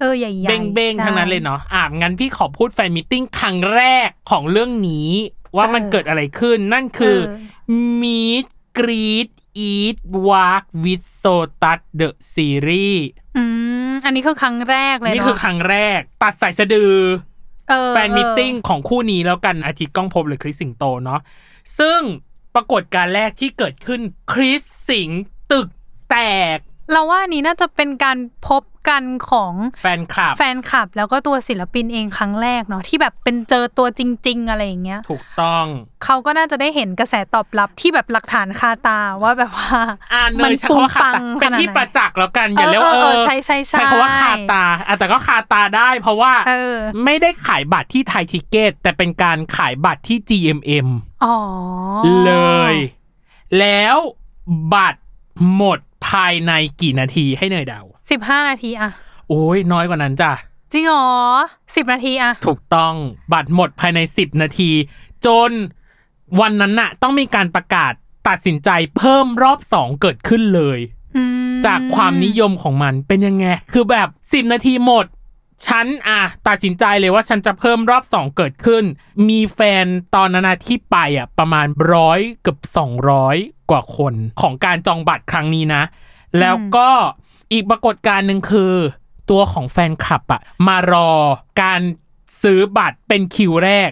Speaker 3: เออใหญ่
Speaker 2: ๆ
Speaker 3: ๆ
Speaker 2: เบ้งๆ
Speaker 3: ใช่
Speaker 2: ทั้งนั้นเลยเนาะอ่ะงั้นพี่ขอพูดแฟนมีตติ้งครั้งแรกของเรื่องนี้ ว่ามัน
Speaker 3: เออ
Speaker 2: เกิดอะไรขึ้น นั่นคือ
Speaker 3: เอ
Speaker 2: มีดกรีดอีทวากวิดโซตัสเดอะซีรีส์
Speaker 3: อืมอันนี้คือครั้งแรกเลย
Speaker 2: นี่
Speaker 3: เนาะ
Speaker 2: คือครั้งแรก ตัดสายสะดือ
Speaker 3: เออ
Speaker 2: แฟนมิทติ้งของคู่นี้แล้วกันอาทิตย์ก้องภพบหรือคริสสิงโตเนาะซึ่งปรากฏการณ์แรกที่เกิดขึ้นคริสสิงตึกแตก
Speaker 3: เราว่าอันนี้น่าจะเป็นการพบกันของ
Speaker 2: แฟนคลับ
Speaker 3: แฟนคลับ แล้วก็ตัวศิลปินเองครั้งแรกเนาะที่แบบเป็นเจอตัวจริง ๆ อะไรอย่างเงี้ย
Speaker 2: ถูกต้อง
Speaker 3: เขาก็น่าจะได้เห็นกระแสตอบรับที่แบบหลักฐานคาตาว่าแบบว่า
Speaker 2: อ่านเน
Speaker 3: มัน
Speaker 2: ยใช้คำว่าคา
Speaker 3: ปุงปั
Speaker 2: ตาง เป็นที่
Speaker 3: ขนาดไหน
Speaker 2: ประจักษ์แล้วกันอย่าเรียกว่า
Speaker 3: เอ
Speaker 2: เอ
Speaker 3: อเออ
Speaker 2: อ
Speaker 3: ใช่ใช่ใช่
Speaker 2: คำว่าคาตาอ่ะแต่ก็คาตาได้เพราะว่า
Speaker 3: เออ
Speaker 2: ไม่ได้ขายบัตรที่ไทยทิเกต แต่เป็นการขายบัตรที่ GMM
Speaker 3: อ๋อ
Speaker 2: เลย แล้วบัตรหมดภายในกี่นาทีให้เนยเดา
Speaker 3: สิบห้านาทีอะ
Speaker 2: โอ้ยน้อยกว่านั้นจ้ะ
Speaker 3: จริงเหรอสิบนาทีอะ
Speaker 2: ถูกต้องบัตรหมดภายใน 10 นาที จนวันนั้นน่ะ ต้องมีการประกาศตัดสินใจเพิ่มรอบ 2 เกิดขึ้นเลย
Speaker 3: อืม
Speaker 2: จากความนิยมของมันเป็นยังไง คือแบบ 10 นาทีหมด ฉันอ่ะตัดสินใจเลยว่าฉันจะเพิ่มรอบ 2 เกิดขึ้น มีแฟนตอนนั้นนะที่ไปอ่ะประมาณร้อยเกือบ200 กว่าคนของการจองบัตรครั้งนี้นะ แล้วก็อีกปรากฏการณ์หนึ่งคือ ตัวของแฟนคลับอะมารอการซื้อบัตรเป็นคิวแรก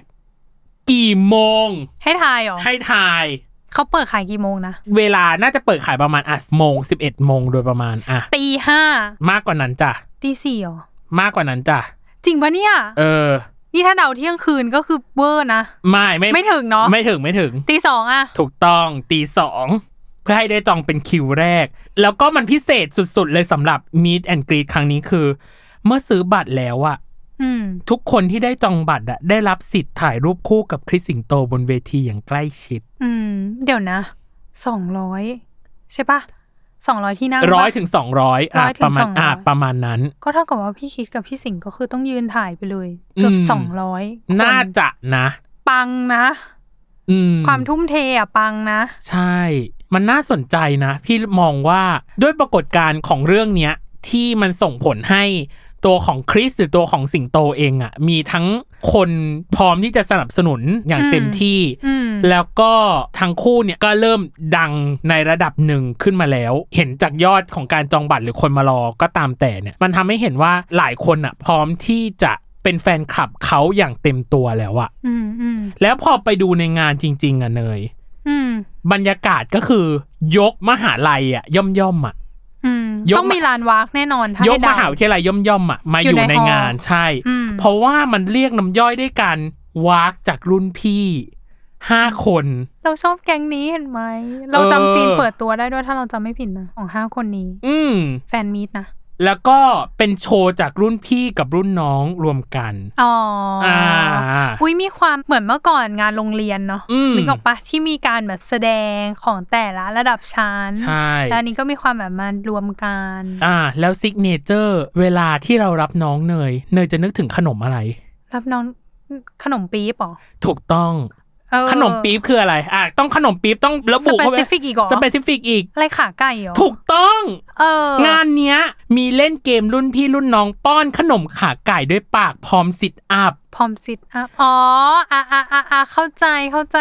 Speaker 2: กี่โมง
Speaker 3: ให้ทายเหรอ
Speaker 2: ให้ทาย
Speaker 3: เขาเปิดขายกี่โมงนะ
Speaker 2: เวลาน่าจะเปิดขายประมาณอ่ะโมงสิบเอ็ดโมงโดยประมาณอ่ะ
Speaker 3: ตีห้าม
Speaker 2: ากกว่านั้นจ้ะ
Speaker 3: ตีสี่เหรอ
Speaker 2: มากกว่านั้นจ้ะ
Speaker 3: จริงปะเนี่ย
Speaker 2: เออ
Speaker 3: นี่ถ้าเดาเที่ยงคืนก็คือเวอร์นะ
Speaker 2: ไม่ไม่
Speaker 3: ไม่ถึงเนาะ
Speaker 2: ไม่ถึงไม่ถึง
Speaker 3: ตีสองอะ
Speaker 2: ถูกต้องตีสองเพื่อให้ได้จองเป็นคิวแรก แล้วก็มันพิเศษสุดๆ เลยสำหรับ Meet and Greet ครั้งนี้คือ เมื่อซื้อบัตรแล้วอะ
Speaker 3: อืม
Speaker 2: ทุกคนที่ได้จองบัตรอะได้รับสิทธิ์ถ่ายรูปคู่กับคริสสิงโตบนเวทีอย่างใกล้ชิด
Speaker 3: อืม เดี๋ยวนะสองร้อยใช่ปะสองร้อยที่นั่งปะ
Speaker 2: ร้อยถึงสองร้อยอ่ะ
Speaker 3: 100ถึง
Speaker 2: ประมาณ
Speaker 3: 200
Speaker 2: อ่ะประมาณนั้น
Speaker 3: ก็เท่ากับว่าพี่คิดกับพี่สิงห์ก็คือต้องยืนถ่ายไปเลย เกือบ
Speaker 2: อืม
Speaker 3: สองร้อย
Speaker 2: น่าจะนะ
Speaker 3: ปังนะ
Speaker 2: อืม
Speaker 3: ความทุ่มเทอะปังนะ
Speaker 2: ใช่ มันน่าสนใจนะ พี่มองว่าด้วยปรากฏการณ์ของเรื่องเนี้ย ที่มันส่งผลให้ตัวของคริสหรือตัวของสิงโตเองอะมีทั้งคนพร้อมที่จะสนับสนุนอย่าง
Speaker 3: อืม
Speaker 2: เต็มที่
Speaker 3: อืม
Speaker 2: แล้วก็ทั้งคู่เนี่ยก็เริ่มดังในระดับหนึ่งขึ้นมาแล้ว เห็นจากยอดของการจองบัตรหรือคนมารอก็ตามแต่เนี่ย มันทำให้เห็นว่าหลายคนอ่ะ พร้อมที่จะเป็นแฟนคลับเขาอย่างเต็มตัวแล้วอะ
Speaker 3: อืมอืม
Speaker 2: แล้วพอไปดูในงานจริง ๆอะเนย
Speaker 3: อืม
Speaker 2: บรรยากาศก็คือยกมหาลัยอะย่อมย่อมๆอะ
Speaker 3: อืม
Speaker 2: ยก
Speaker 3: ต้อง
Speaker 2: มามี
Speaker 3: มีลานวากแน่นอนถ้าย
Speaker 2: กม
Speaker 3: ให้เดา
Speaker 2: หาวิทยาลัยย่อมย่อมๆอะมา
Speaker 3: อ
Speaker 2: อยู่ ยู่
Speaker 3: ใน
Speaker 2: ในงาน
Speaker 3: ฮอลล์
Speaker 2: ใช่
Speaker 3: อืม
Speaker 2: เพราะว่ามันเรียกน้ำย่อยด้วยกันวากจากรุ่นพี่ห้าคน
Speaker 3: เราชอบแก๊งนี้เห็นไหม เราจำซีนเปิดตัวได้ด้วยถ้าเราจำไม่ผิดนะของห้าคนนี้
Speaker 2: อืม
Speaker 3: แฟนมีดนะ
Speaker 2: แล้วก็เป็นโชว์จากรุ่นพี่กับรุ่นน้องรวมกัน
Speaker 3: อ๋ออ
Speaker 2: อ่า
Speaker 3: อุ้ยมีความเหมือนเมื่อก่อนงานโรงเรียนเนาะ
Speaker 2: อืม
Speaker 3: นึกออกปะที่มีการแบบแสดงของแต่ละระดับชั้น
Speaker 2: ใช่
Speaker 3: แล้วอันนี้ก็มีความแบบมารวมกัน
Speaker 2: อ่า แล้วซิกเนเจอร์ เวลาที่เรารับน้องเนย เนยจะนึกถึงขนมอะไร
Speaker 3: รับน้องขนมปี๊บเหรอ
Speaker 2: ถูกต้อง
Speaker 3: เออ
Speaker 2: ขนมปี๊บคืออะไรอ่ะต้องขนมปี๊บต้องระ
Speaker 3: ส
Speaker 2: บุ
Speaker 3: เป
Speaker 2: เข้าไป
Speaker 3: ซิฟิกอีกเหรอ
Speaker 2: สเปซิฟิกอีก
Speaker 3: อะไรขาไก่เหรอ
Speaker 2: ถูกต้อง
Speaker 3: เออง
Speaker 2: านเนี้ย มีเล่นเกมรุ่นพี่รุ่นน้องป้อนขนมขาไก่ด้วยปากพร้อมสิทธิ์อัพ
Speaker 3: พร้อมสิทธิ์อ่ะอ๋ออ่ะอ่ะอ่ะอ่ะเข้าใจเข้าใจ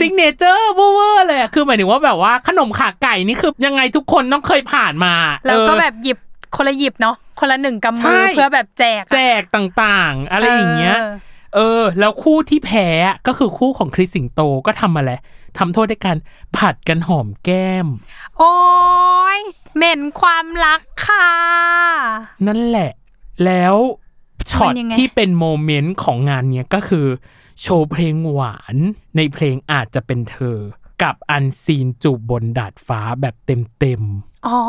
Speaker 2: ซิงเนเจอร์เวอร์เลยอะคือหมายถึงว่าแบบว่าขนมขาไก่นี่คือยังไงทุกคนต้องเคยผ่านมา
Speaker 3: แล้วก็
Speaker 2: เออ
Speaker 3: แบบหยิบคนละหยิบเนาะคนละหนึ่งกำ
Speaker 2: ใช่
Speaker 3: มือเพื่อแบบแจกอะ
Speaker 2: แจกต่างๆ อะไรอย่างเงี้ย
Speaker 3: อ
Speaker 2: เออ แล้วคู่ที่แพ้อะก็คือคู่ของคริสสิงโตก็ทำอะไรทำโทษด้วยการผัดกันหอมแก้ม
Speaker 3: โอ้ยเหม็นความรักค่ะ
Speaker 2: นั่นแหละ แล้วช็อต
Speaker 3: มันยังไง
Speaker 2: ที่เป็นโมเมนต์ของงานเนี้ยก็คือ โชว์เพลงหวานในเพลงอาจจะเป็นเธอ กับอันซีนจูบบนดาดฟ้าแบบเต็ม
Speaker 3: อ๋อ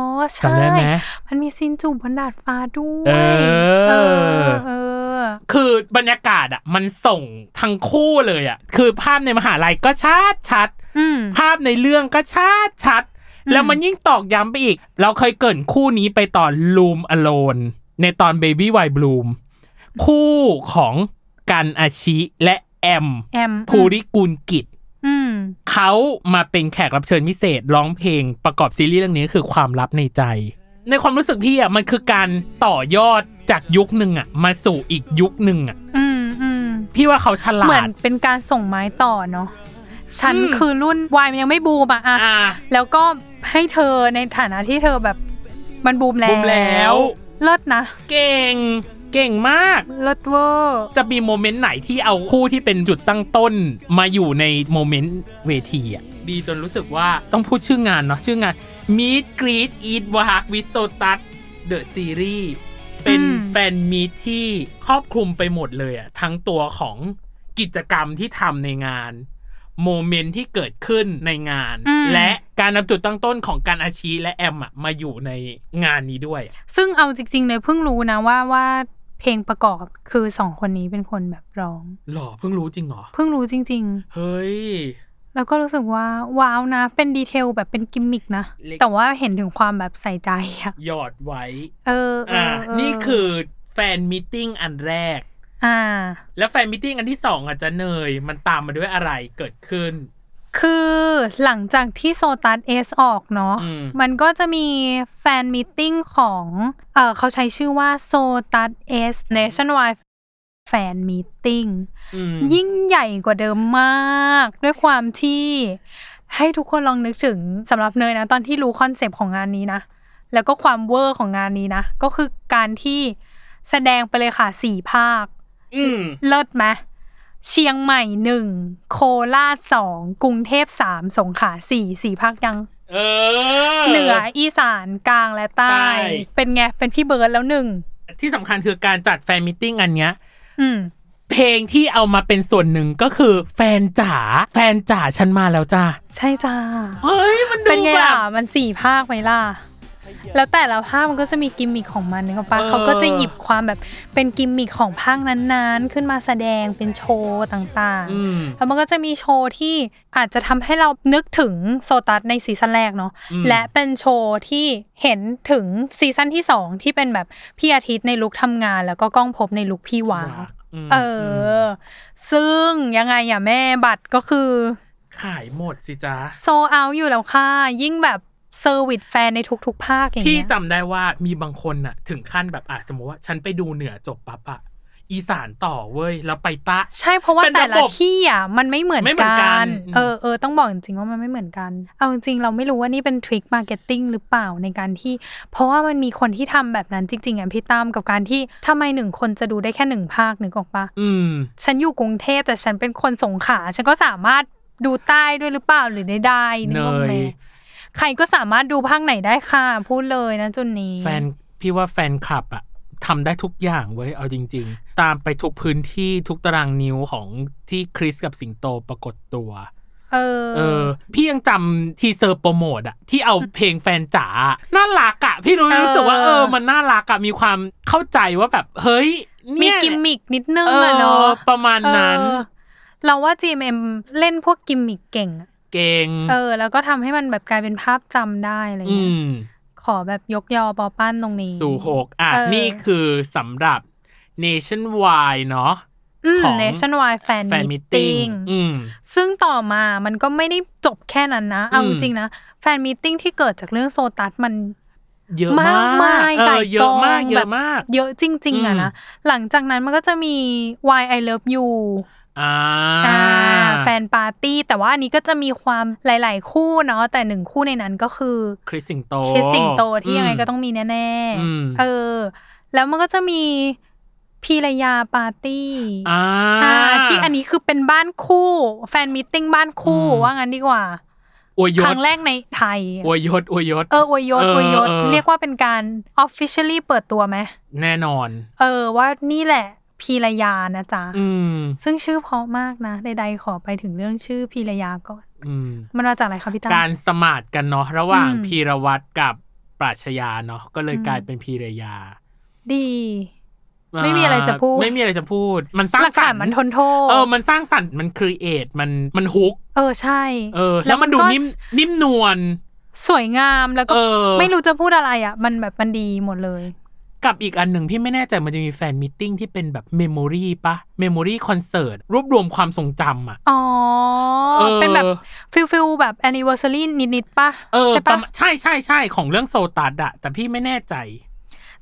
Speaker 2: ๆ
Speaker 3: ใช่
Speaker 2: จำได้ไหม
Speaker 3: มันมีซีนจูบบนดาดฟ้าด้วย
Speaker 2: เออ
Speaker 3: เออเออ
Speaker 2: คือบรรยากาศอ่ะ มันส่งทั้งคู่เลยอ่ะ คือภาพในมหาลัยก็ชัดชัดๆ
Speaker 3: อืม
Speaker 2: ภาพในเรื่องก็ชัดชัดๆ
Speaker 3: อืม
Speaker 2: แล้วมันยิ่งตอกย้ำไปอีก เราเคยเกรินคู่นี้ไปตอน Loom Alone ในตอน Baby Why Bloom คู่ของกันอาชิและแอม
Speaker 3: แอม
Speaker 2: ภูริกุลกิจ
Speaker 3: อืม
Speaker 2: เขามาเป็นแขกรับเชิญพิเศษร้องเพลงประกอบซีรีส์เรื่องนี้คือความลับในใจ ในความรู้สึกพี่อ่ะมันคือการต่อยอดจากยุคหนึ่งอ่ะมาสู่อีกยุคหนึ่งอ่ะ
Speaker 3: อืมอืม
Speaker 2: พี่ว่าเขาฉลาด
Speaker 3: เหมือนเป็นการส่งไม้ต่อเนาะฉัน
Speaker 2: อืม
Speaker 3: คือรุ่นวายมันยังไม่บูมอะอะ
Speaker 2: อ่า
Speaker 3: แล้วก็ให้เธอในฐานะที่เธอแบบมันบูมแล้ว
Speaker 2: บูมแล้ว
Speaker 3: เลิศนะ
Speaker 2: เก่งเก่งมาก
Speaker 3: เลิศเวอร์
Speaker 2: จะมีโมเมนต์ไหนที่เอาคู่ที่เป็นจุดตั้งต้นมาอยู่ในโมเมนต์เวทีอ่ะ ดีจนรู้สึกว่าต้องพูดชื่องานเนาะชื่องาน Meet Greet Eat Walk with Sotus The Series เป็น
Speaker 3: อืม
Speaker 2: แฟนมีตที่ครอบคลุมไปหมดเลยอ่ะ ทั้งตัวของกิจกรรมที่ทำในงาน โมเมนต์ที่เกิดขึ้นในงาน
Speaker 3: อืม
Speaker 2: และการนำจุดตั้งต้นของการอาชีและแอมอะมาอยู่ในงานนี้ด้วยอะ
Speaker 3: ซึ่งเอาจริง ๆ เลยเพิ่งรู้นะว่าว่าเพลงประกอบคือสองคนนี้เป็นคนแบบร้อง
Speaker 2: หรอเพิ่งรู้จริงเหรอ
Speaker 3: เพิ่งรู้จริง
Speaker 2: เฮ้ย
Speaker 3: ๆ แล้วก็รู้สึกว่าว้าวนะ เป็นดีเทลแบบเป็นกิมมิกนะ
Speaker 2: เล็ก
Speaker 3: แต่ว่าเห็นถึงความแบบใส่ใจอะ
Speaker 2: หยอดไว้
Speaker 3: เออเอ
Speaker 2: อ่า
Speaker 3: อเ
Speaker 2: นี่คือแฟนมิทติ้งอันแรก
Speaker 3: อ่า
Speaker 2: แล้วแฟนมิทติ้งอันที่สองอาจจะเนย มันตามมาด้วยอะไรเกิดขึ้น
Speaker 3: คือหลังจากที่โซตัสเอสออกเนาะ
Speaker 2: อืม
Speaker 3: มันก็จะมีแฟนมิทติ้งของเออเขาใช้ชื่อว่าโซตัสเอส Nationwide แฟนมิทติ้ง
Speaker 2: อืม
Speaker 3: ยิ่งใหญ่กว่าเดิมมาก ด้วยความที่ให้ทุกคนลองนึกถึงสำหรับเนยนะ ตอนที่รู้คอนเซปต์ของงานนี้นะ แล้วก็ความเวอร์ของงานนี้นะ ก็คือการที่แสดงไปเลยค่ะสี่ภาค
Speaker 2: อืม
Speaker 3: เลิศไหมเชียงใหม่หนึ่งโคราชสองกรุงเทพสามสงขลาสี่สี่ภาคยัง
Speaker 2: เออ
Speaker 3: เหนืออีสานกลางและใต้
Speaker 2: ใต้
Speaker 3: เป็นไง เป็นพี่เบิร์ดแล้วหนึ่ง
Speaker 2: ที่สำคัญคือการจัดแฟนมิทติ้งอันเนี้ย
Speaker 3: อืม
Speaker 2: เพลงที่เอามาเป็นส่วนหนึ่งก็คือแฟนจ๋าแฟนจ๋าฉันมาแล้วจ้า
Speaker 3: ใช่จ้า
Speaker 2: เฮ้ย มันดู
Speaker 3: เป็นไง
Speaker 2: แบบ
Speaker 3: ล่ะ มันสี่ภาคไหมล่ะ แล้วแต่ละภาคมันก็จะมีกิมมิคของมันเขาปะ
Speaker 2: เออ
Speaker 3: เขาก็จะหยิบความแบบเป็นกิมมิคของภาคนั้นๆ ขึ้นมาแสดงเป็นโชว์ต่างๆ
Speaker 2: อืม
Speaker 3: แล้วมันก็จะมีโชว์ที่อาจจะทำให้เรานึกถึงโซตัสในซีซั่นแรกเนาะ
Speaker 2: อืม
Speaker 3: และเป็นโชว์ที่เห็นถึงซีซั่นที่สองที่เป็นแบบพี่อาทิตย์ในลุคทำงาน แล้วก็ก้องภพบในลุคพี่หวาง
Speaker 2: ม
Speaker 3: เอ
Speaker 2: ม
Speaker 3: อ ซึ่งยังไงอ่ะแม่บัตรก็คือ
Speaker 2: ขายหมดสิจ้า
Speaker 3: โซเอาอยู่แล้วค่ะ ยิ่งแบบเซอร์วิสแฟนในทุกๆ ภาคอย่าง
Speaker 2: พี่
Speaker 3: เงี้ย
Speaker 2: จำได้ว่ามีบางคนน่ะ ถึงขั้นแบบอ่ะสมมติว่าฉันไปดูเหนือจบปั๊บอะอีสานต่อเว้ยแล้วไปใตะ
Speaker 3: ใช่เพราะว่า
Speaker 2: เป็น
Speaker 3: แต่
Speaker 2: ระบบ
Speaker 3: ละที่อ่ะมันไม่เหมือน
Speaker 2: ไม่เหมือนกั
Speaker 3: กัน น
Speaker 2: อืม
Speaker 3: เออเออต้องบอกจริงๆว่ามันไม่เหมือนกัน เอาจริงๆเราไม่รู้ว่านี่เป็นทริคมาร์เก็ตติ้งหรือเปล่าในการที่ เพราะว่ามันมีคนที่ทำแบบนั้นจริงๆอ่ะพี่ตั้มกับการที่ทำไมหนึ่งคนจะดูได้แค่หนึ่งภาคนึกออกปะ
Speaker 2: อืม
Speaker 3: ฉันอยู่กรุงเทพแต่ฉันเป็นคนสงขลาฉันก็สามารถดูใต้ด้วยหรือเปล่าหรือได้ได้นึกออกไหม
Speaker 2: เนย
Speaker 3: ใครก็สามารถดูภาคไหนได้ค่ะ พูดเลยนะจุดนี้
Speaker 2: แฟนพี่ว่าแฟนคลับอะทำได้ทุกอย่างเว้ยเอาจริง ๆ ตามไปทุกพื้นที่ทุกตารางนิ้วของที่คริสกับสิงโตปรากฏตัว
Speaker 3: เออ
Speaker 2: เออ พี่ยังจำทีเซอร์โปรโมทอะที่เอาเพลงแฟนจ๋าอะน่ารักอะพี่รู้
Speaker 3: เออ
Speaker 2: รู้สึกว่าเออ มันน่ารักอะมีความเข้าใจว่าแบบ เฮ้ย
Speaker 3: มี
Speaker 2: เนี่ย
Speaker 3: กิมมิกนิดนึง
Speaker 2: เอ
Speaker 3: อะ
Speaker 2: อ
Speaker 3: เนาะ
Speaker 2: ประมาณนั้น
Speaker 3: เออเราว่า GMM เล่นพวกกิมมิกเก่งอะ
Speaker 2: เก่ง
Speaker 3: เออ แล้วก็ทำให้มันแบบกลายเป็นภาพจำได้อะไร
Speaker 2: อื
Speaker 3: เงี้ย
Speaker 2: ม
Speaker 3: ขอแบบยกยอปอปั้นตรงนี้
Speaker 2: สู่หกอ่ะ
Speaker 3: เออ
Speaker 2: นี่คือสำหรับ nationwide เนาะ ของ
Speaker 3: nationwide fan
Speaker 2: แฟนมิทติ้ง
Speaker 3: meeting
Speaker 2: อืม
Speaker 3: ซึ่งต่อมามันก็ไม่ได้จบแค่นั้นนะ เอา
Speaker 2: อืม
Speaker 3: จริงๆนะ แฟนมิทติ้งที่เกิดจากเรื่องโซตัสมัน
Speaker 2: เยอะ
Speaker 3: มาม
Speaker 2: าก ก
Speaker 3: มาย
Speaker 2: เอ
Speaker 3: ไก่
Speaker 2: อเยอะมาก
Speaker 3: กอง
Speaker 2: เย
Speaker 3: แบ
Speaker 2: อะ
Speaker 3: บ
Speaker 2: มาก
Speaker 3: เยอะจริง ๆอะนะ หลังจากนั้นมันก็จะมี Why I Love You
Speaker 2: อ่า
Speaker 3: อ่าแฟนปาร์ตี้ แต่ว่าอันนี้ก็จะมีความหลาย ๆ คู่เนาะแต่หนึ่งคู่ในนั้นก็คือ
Speaker 2: คริสสิงโต
Speaker 3: เคสสิงโตที่ยังไงก็ต้อ
Speaker 2: ม
Speaker 3: งมีแน่
Speaker 2: อืม
Speaker 3: ๆเออ แล้วมันก็จะมีพีรยาปาร์ตี้
Speaker 2: อ่า
Speaker 3: อ่าที่อันนี้คือเป็นบ้านคู่ แฟนมิทติ้งบ้านคู่
Speaker 2: อืม
Speaker 3: ว่างั้นดีกว่า
Speaker 2: อวยย
Speaker 3: ค
Speaker 2: ศ
Speaker 3: รั้งแรกในไทย
Speaker 2: อวยยศอวยยศ
Speaker 3: เอออวยยศ
Speaker 2: เออ
Speaker 3: อวยยศ
Speaker 2: เออ
Speaker 3: เรียกว่าเป็นการ officially เปิดตัวไหม
Speaker 2: แน่นอน
Speaker 3: เออ ว่านี่แหละ พีรยานะจ๊ะ
Speaker 2: อืม
Speaker 3: ซึ่งชื่อเพราะมากนะ ใดๆขอไปถึงเรื่องชื่อพีรยาก่อน
Speaker 2: อืม
Speaker 3: มันมาจากอะไรคะพี่ตั้ม
Speaker 2: การสมาดกันเนาะระหว่าง
Speaker 3: อืม
Speaker 2: พีรวัตรกับปราชญาเนาะก็เลย
Speaker 3: อืม
Speaker 2: กลายเป็นพีรยา
Speaker 3: ดี ไม่มีอะไรจะพูด
Speaker 2: ไม่มีอะไรจะพูด มันสร้าง
Speaker 3: หลัก
Speaker 2: สร
Speaker 3: ฐาน
Speaker 2: รค์
Speaker 3: มันทนโทษ
Speaker 2: เออมันสร้างสรรค์มันครีเอทมันมันฮุก
Speaker 3: เออใช่
Speaker 2: เออ แล้วมันดู
Speaker 3: ก็
Speaker 2: นิ่มนิ่มนวล
Speaker 3: สวยงามแล้วก็
Speaker 2: เออ
Speaker 3: ไม่รู้จะพูดอะไรอ่ะ มันแบบมันดีหมดเลย
Speaker 2: กับอีกอันหนึ่งพี่ไม่แน่ใจมันจะมีแฟนมิทติ้งที่เป็นแบบเมมโมรีปะเมมโมรีคอนเสิร์ตรวบรวมความทรงจำอ่ะ
Speaker 3: อ๋อ
Speaker 2: ออ
Speaker 3: เป็นแบบฟิลฟิลแบบ anniversary นิดๆปะ
Speaker 2: เออ
Speaker 3: ใช่
Speaker 2: ป
Speaker 3: ปะ
Speaker 2: ระมาณใช่ใช่ใช่ของเรื่องโซตัสอะแต่พี่ไม่แน่ใจ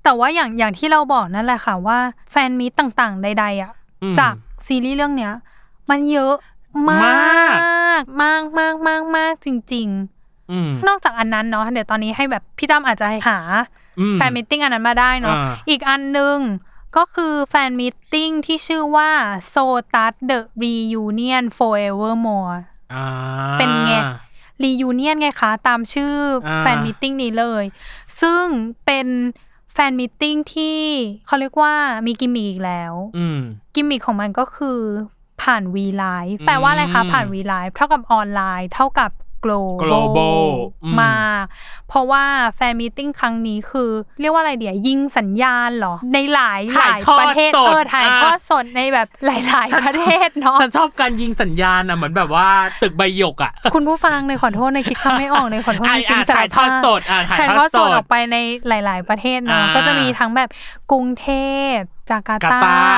Speaker 3: แต่ว่าอย่างอย่างที่เราบอกนั่นแหละค่ะว่าแฟนมีตต่างๆ ใด ๆ อ่ะ
Speaker 2: อืม
Speaker 3: จากซีรีส์เรื่องเนี้ย มันเยอะมาก
Speaker 2: มาก
Speaker 3: มากมากมากมากจริง
Speaker 2: อืม
Speaker 3: ๆ นอกจากอันนั้นเนาะเดี๋ยวตอนนี้ให้แบบพี่ตั้มอาจจะหา
Speaker 2: อืม
Speaker 3: แฟนมิทติ้งอันนั้นมาได้เนาะ
Speaker 2: อ่า
Speaker 3: อีกอันหนึ่งก็คือแฟนมิทติ้งที่ชื่อว่า s o t a s The Reunion Forevermore
Speaker 2: อ่า
Speaker 3: เป็นไง รียูเนียนไงคะ ตามชื่ออา แฟนมิทติ้งนี้เลย ซึ่งเป็นแฟนมิทติ้งที่เขาเรียกว่ามีกิมมิคอีกแล้ว
Speaker 2: อืม
Speaker 3: กิมมิคของมันก็คือผ่าน V Live
Speaker 2: อืม
Speaker 3: แปลว่าอะไรคะ ผ่าน V Live เท่ากับออนไลน์ เท่ากับ global,
Speaker 2: global อืม
Speaker 3: มา เพราะว่าแฟนมิทติ้งครั้งนี้คือ เรียกว่าอะไรเดี๋ยวยิงสัญญาณเหรอ ในหลายห
Speaker 2: ถ่า
Speaker 3: ลาย ย
Speaker 2: ทอด
Speaker 3: ประเทศ
Speaker 2: สด
Speaker 3: เออถ่าย
Speaker 2: อ่ะ
Speaker 3: ทอดสดในแบบหลาย ๆ ประเทศเนาะ
Speaker 2: ฉันชอบการยิงสัญญาณอ่ะเหมือนแบบว่าตึกใบหยกอ่ะ
Speaker 3: คุณผู้ฟังในยขอโทษในยคิดคำไม่ออกในยขอโทษ
Speaker 2: อ่ะ
Speaker 3: จริง
Speaker 2: อ่ะ
Speaker 3: ๆสา
Speaker 2: ถ่าย ยทอดสดอ่ะถ่าย
Speaker 3: ถ่าย
Speaker 2: ทอด
Speaker 3: ทอด
Speaker 2: ส
Speaker 3: สด
Speaker 2: ด
Speaker 3: ออกไปในหลาย ๆ ประเทศเนาะ
Speaker 2: อ่า
Speaker 3: ก็จะมีทั้งแบบกรุงเทพจาการ์
Speaker 2: กา
Speaker 3: ตา
Speaker 2: ตาร์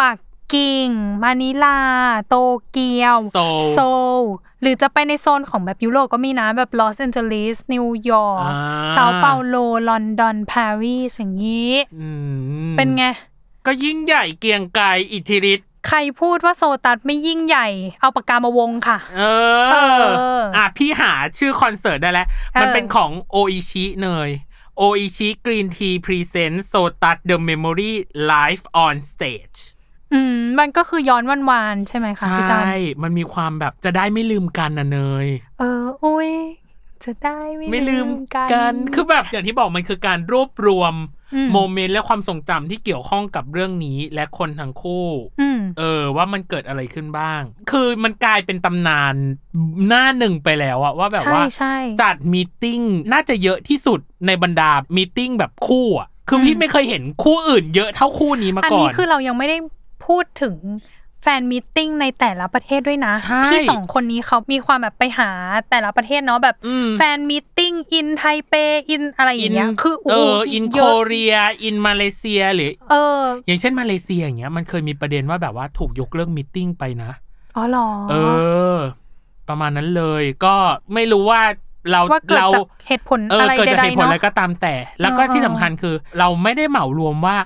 Speaker 3: ปักกิ่งมานิลา โตเกียว
Speaker 2: โซล
Speaker 3: ลหรือจะไปในโซนของแบบยุโรปก็มีนะแบบลอสแอนเจลิสนิวยอร์ก
Speaker 2: อ่
Speaker 3: เซาเปาโลลอนดอนปารีสอย่างนี้
Speaker 2: อืม
Speaker 3: เป็นไง
Speaker 2: ก็ยิ่งใหญ่เกรียงไกรอิทธิฤทธิ์
Speaker 3: ใครพูดว่าโซตัสไม่ยิ่งใหญ่ เอาปากกามาวงค่ะ
Speaker 2: เอ
Speaker 3: เอ
Speaker 2: อ
Speaker 3: ออ่
Speaker 2: อ่ะพี่หาชื่อคอนเสิร์ตได้แล้ว มัน
Speaker 3: เออ
Speaker 2: เป็นของโออิชิเนยโออิชิกรีนทีพรีเซนต์โซตัสเดอะเมมโมรีไลฟ์ออนสเตจ
Speaker 3: อืมมันก็คือย้อนวันวานๆใช่ไหม
Speaker 2: ใช
Speaker 3: คะพี่ตั้
Speaker 2: ่
Speaker 3: ม
Speaker 2: มันมีความแบบจะได้ไม่ลืมกันนะเนย
Speaker 3: เอออุ้ยจะได้ไม่
Speaker 2: ไม่ลืม
Speaker 3: กั
Speaker 2: กัน
Speaker 3: น
Speaker 2: คือแบบอย่างที่บอกมันคือการรวบรวม
Speaker 3: อืม
Speaker 2: โมเมนต์และความทรงจำที่เกี่ยวข้องกับเรื่องนี้และคนทั้งคู่
Speaker 3: อืม
Speaker 2: เออ ว่ามันเกิดอะไรขึ้นบ้าง คือมันกลายเป็นตำนานหน้าหนึ่งไปแล้วอะว่าแบบ
Speaker 3: ใช่
Speaker 2: ว่า
Speaker 3: ใช่
Speaker 2: จัดมีตติ้งน่าจะเยอะที่สุดในบรรดามีตติ้งแบบคู่อะคืออ
Speaker 3: ม
Speaker 2: พี่ไม่เคยเห็นคู่อื่นเยอะเท่าคู่นี้มา
Speaker 3: อัน
Speaker 2: ก่อน
Speaker 3: นี้คือเรายังไม่ได้พูดถึงแฟนมิทติ้งในแต่ละประเทศด้วยนะ
Speaker 2: ใช่
Speaker 3: ที่สองคนนี้เขามีความแบบไปหาแต่ละประเทศเนาะแบบ
Speaker 2: ม
Speaker 3: แฟนมิทติ้งอินไทเปอินอะไรอย่างเงี้ยคือ
Speaker 2: เอ
Speaker 3: โอ้โห
Speaker 2: ออิน
Speaker 3: ย
Speaker 2: โค
Speaker 3: อะ
Speaker 2: เรียอินมาเลเซียหรือ
Speaker 3: เออ
Speaker 2: อย่างเช่นมาเลเซียอย่างเงี้ยมันเคยมีประเด็นว่าแบบว่าถูกยกเลิกมีตติ้งไปนะ
Speaker 3: อ๋อเหรอ
Speaker 2: เออ ประมาณนั้นเลยก็ไม่รู้ว่าเรา
Speaker 3: ว่าเกิด
Speaker 2: เรา
Speaker 3: จากเหตุผล
Speaker 2: เออ
Speaker 3: อะไร
Speaker 2: เกิดจาก
Speaker 3: ใด
Speaker 2: เหตุ
Speaker 3: ๆ
Speaker 2: ผล
Speaker 3: เนาะ
Speaker 2: อะไรก็ตามแต่ แล้วก็
Speaker 3: เออเออ
Speaker 2: ที่สำคัญคือ เราไม่ได้เหมารวมว่า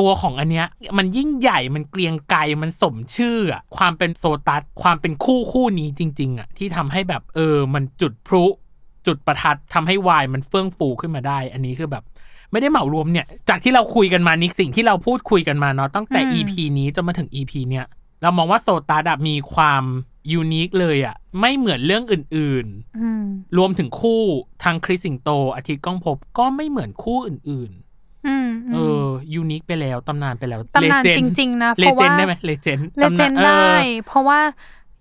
Speaker 2: ตัวของอันเนี้ย มันยิ่งใหญ่มันเกรียงไกรมันสมชื่ออะความเป็นโซตัสความเป็นคู่คู่นี้จริง ๆอะที่ทำให้แบบเออ มันจุดพลุจุดประทัดทำให้วายมันเฟื่องฟูขึ้นมาได้ อันนี้คือแบบ ไม่ได้เหมารวมเนี่ย จากที่เราคุยกันมานี่สิ่งที่เราพูดคุยกันมาเนาะตั้งแต่
Speaker 3: อืม
Speaker 2: EP นี้จนมาถึง EP เนี่ย เรามองว่าโซตาร์ดอะมีความยูนิคเลยอะไม่เหมือนเรื่องอื่น
Speaker 3: อืม
Speaker 2: ๆ รวมถึงคู่ทางคริสสิงโต อาทิตย์ก้องภพก็ไม่เหมือนคู่อื่น
Speaker 3: อืม
Speaker 2: ๆ เออยูนิคไปแล้ว ตำนานไปแล้ว
Speaker 3: ตำนานจริง ๆ นะเพ
Speaker 2: เล
Speaker 3: ราะ
Speaker 2: เจน
Speaker 3: ว่า
Speaker 2: ได้ไหมเลเจน
Speaker 3: เลเจนด์ได้เพราะว่า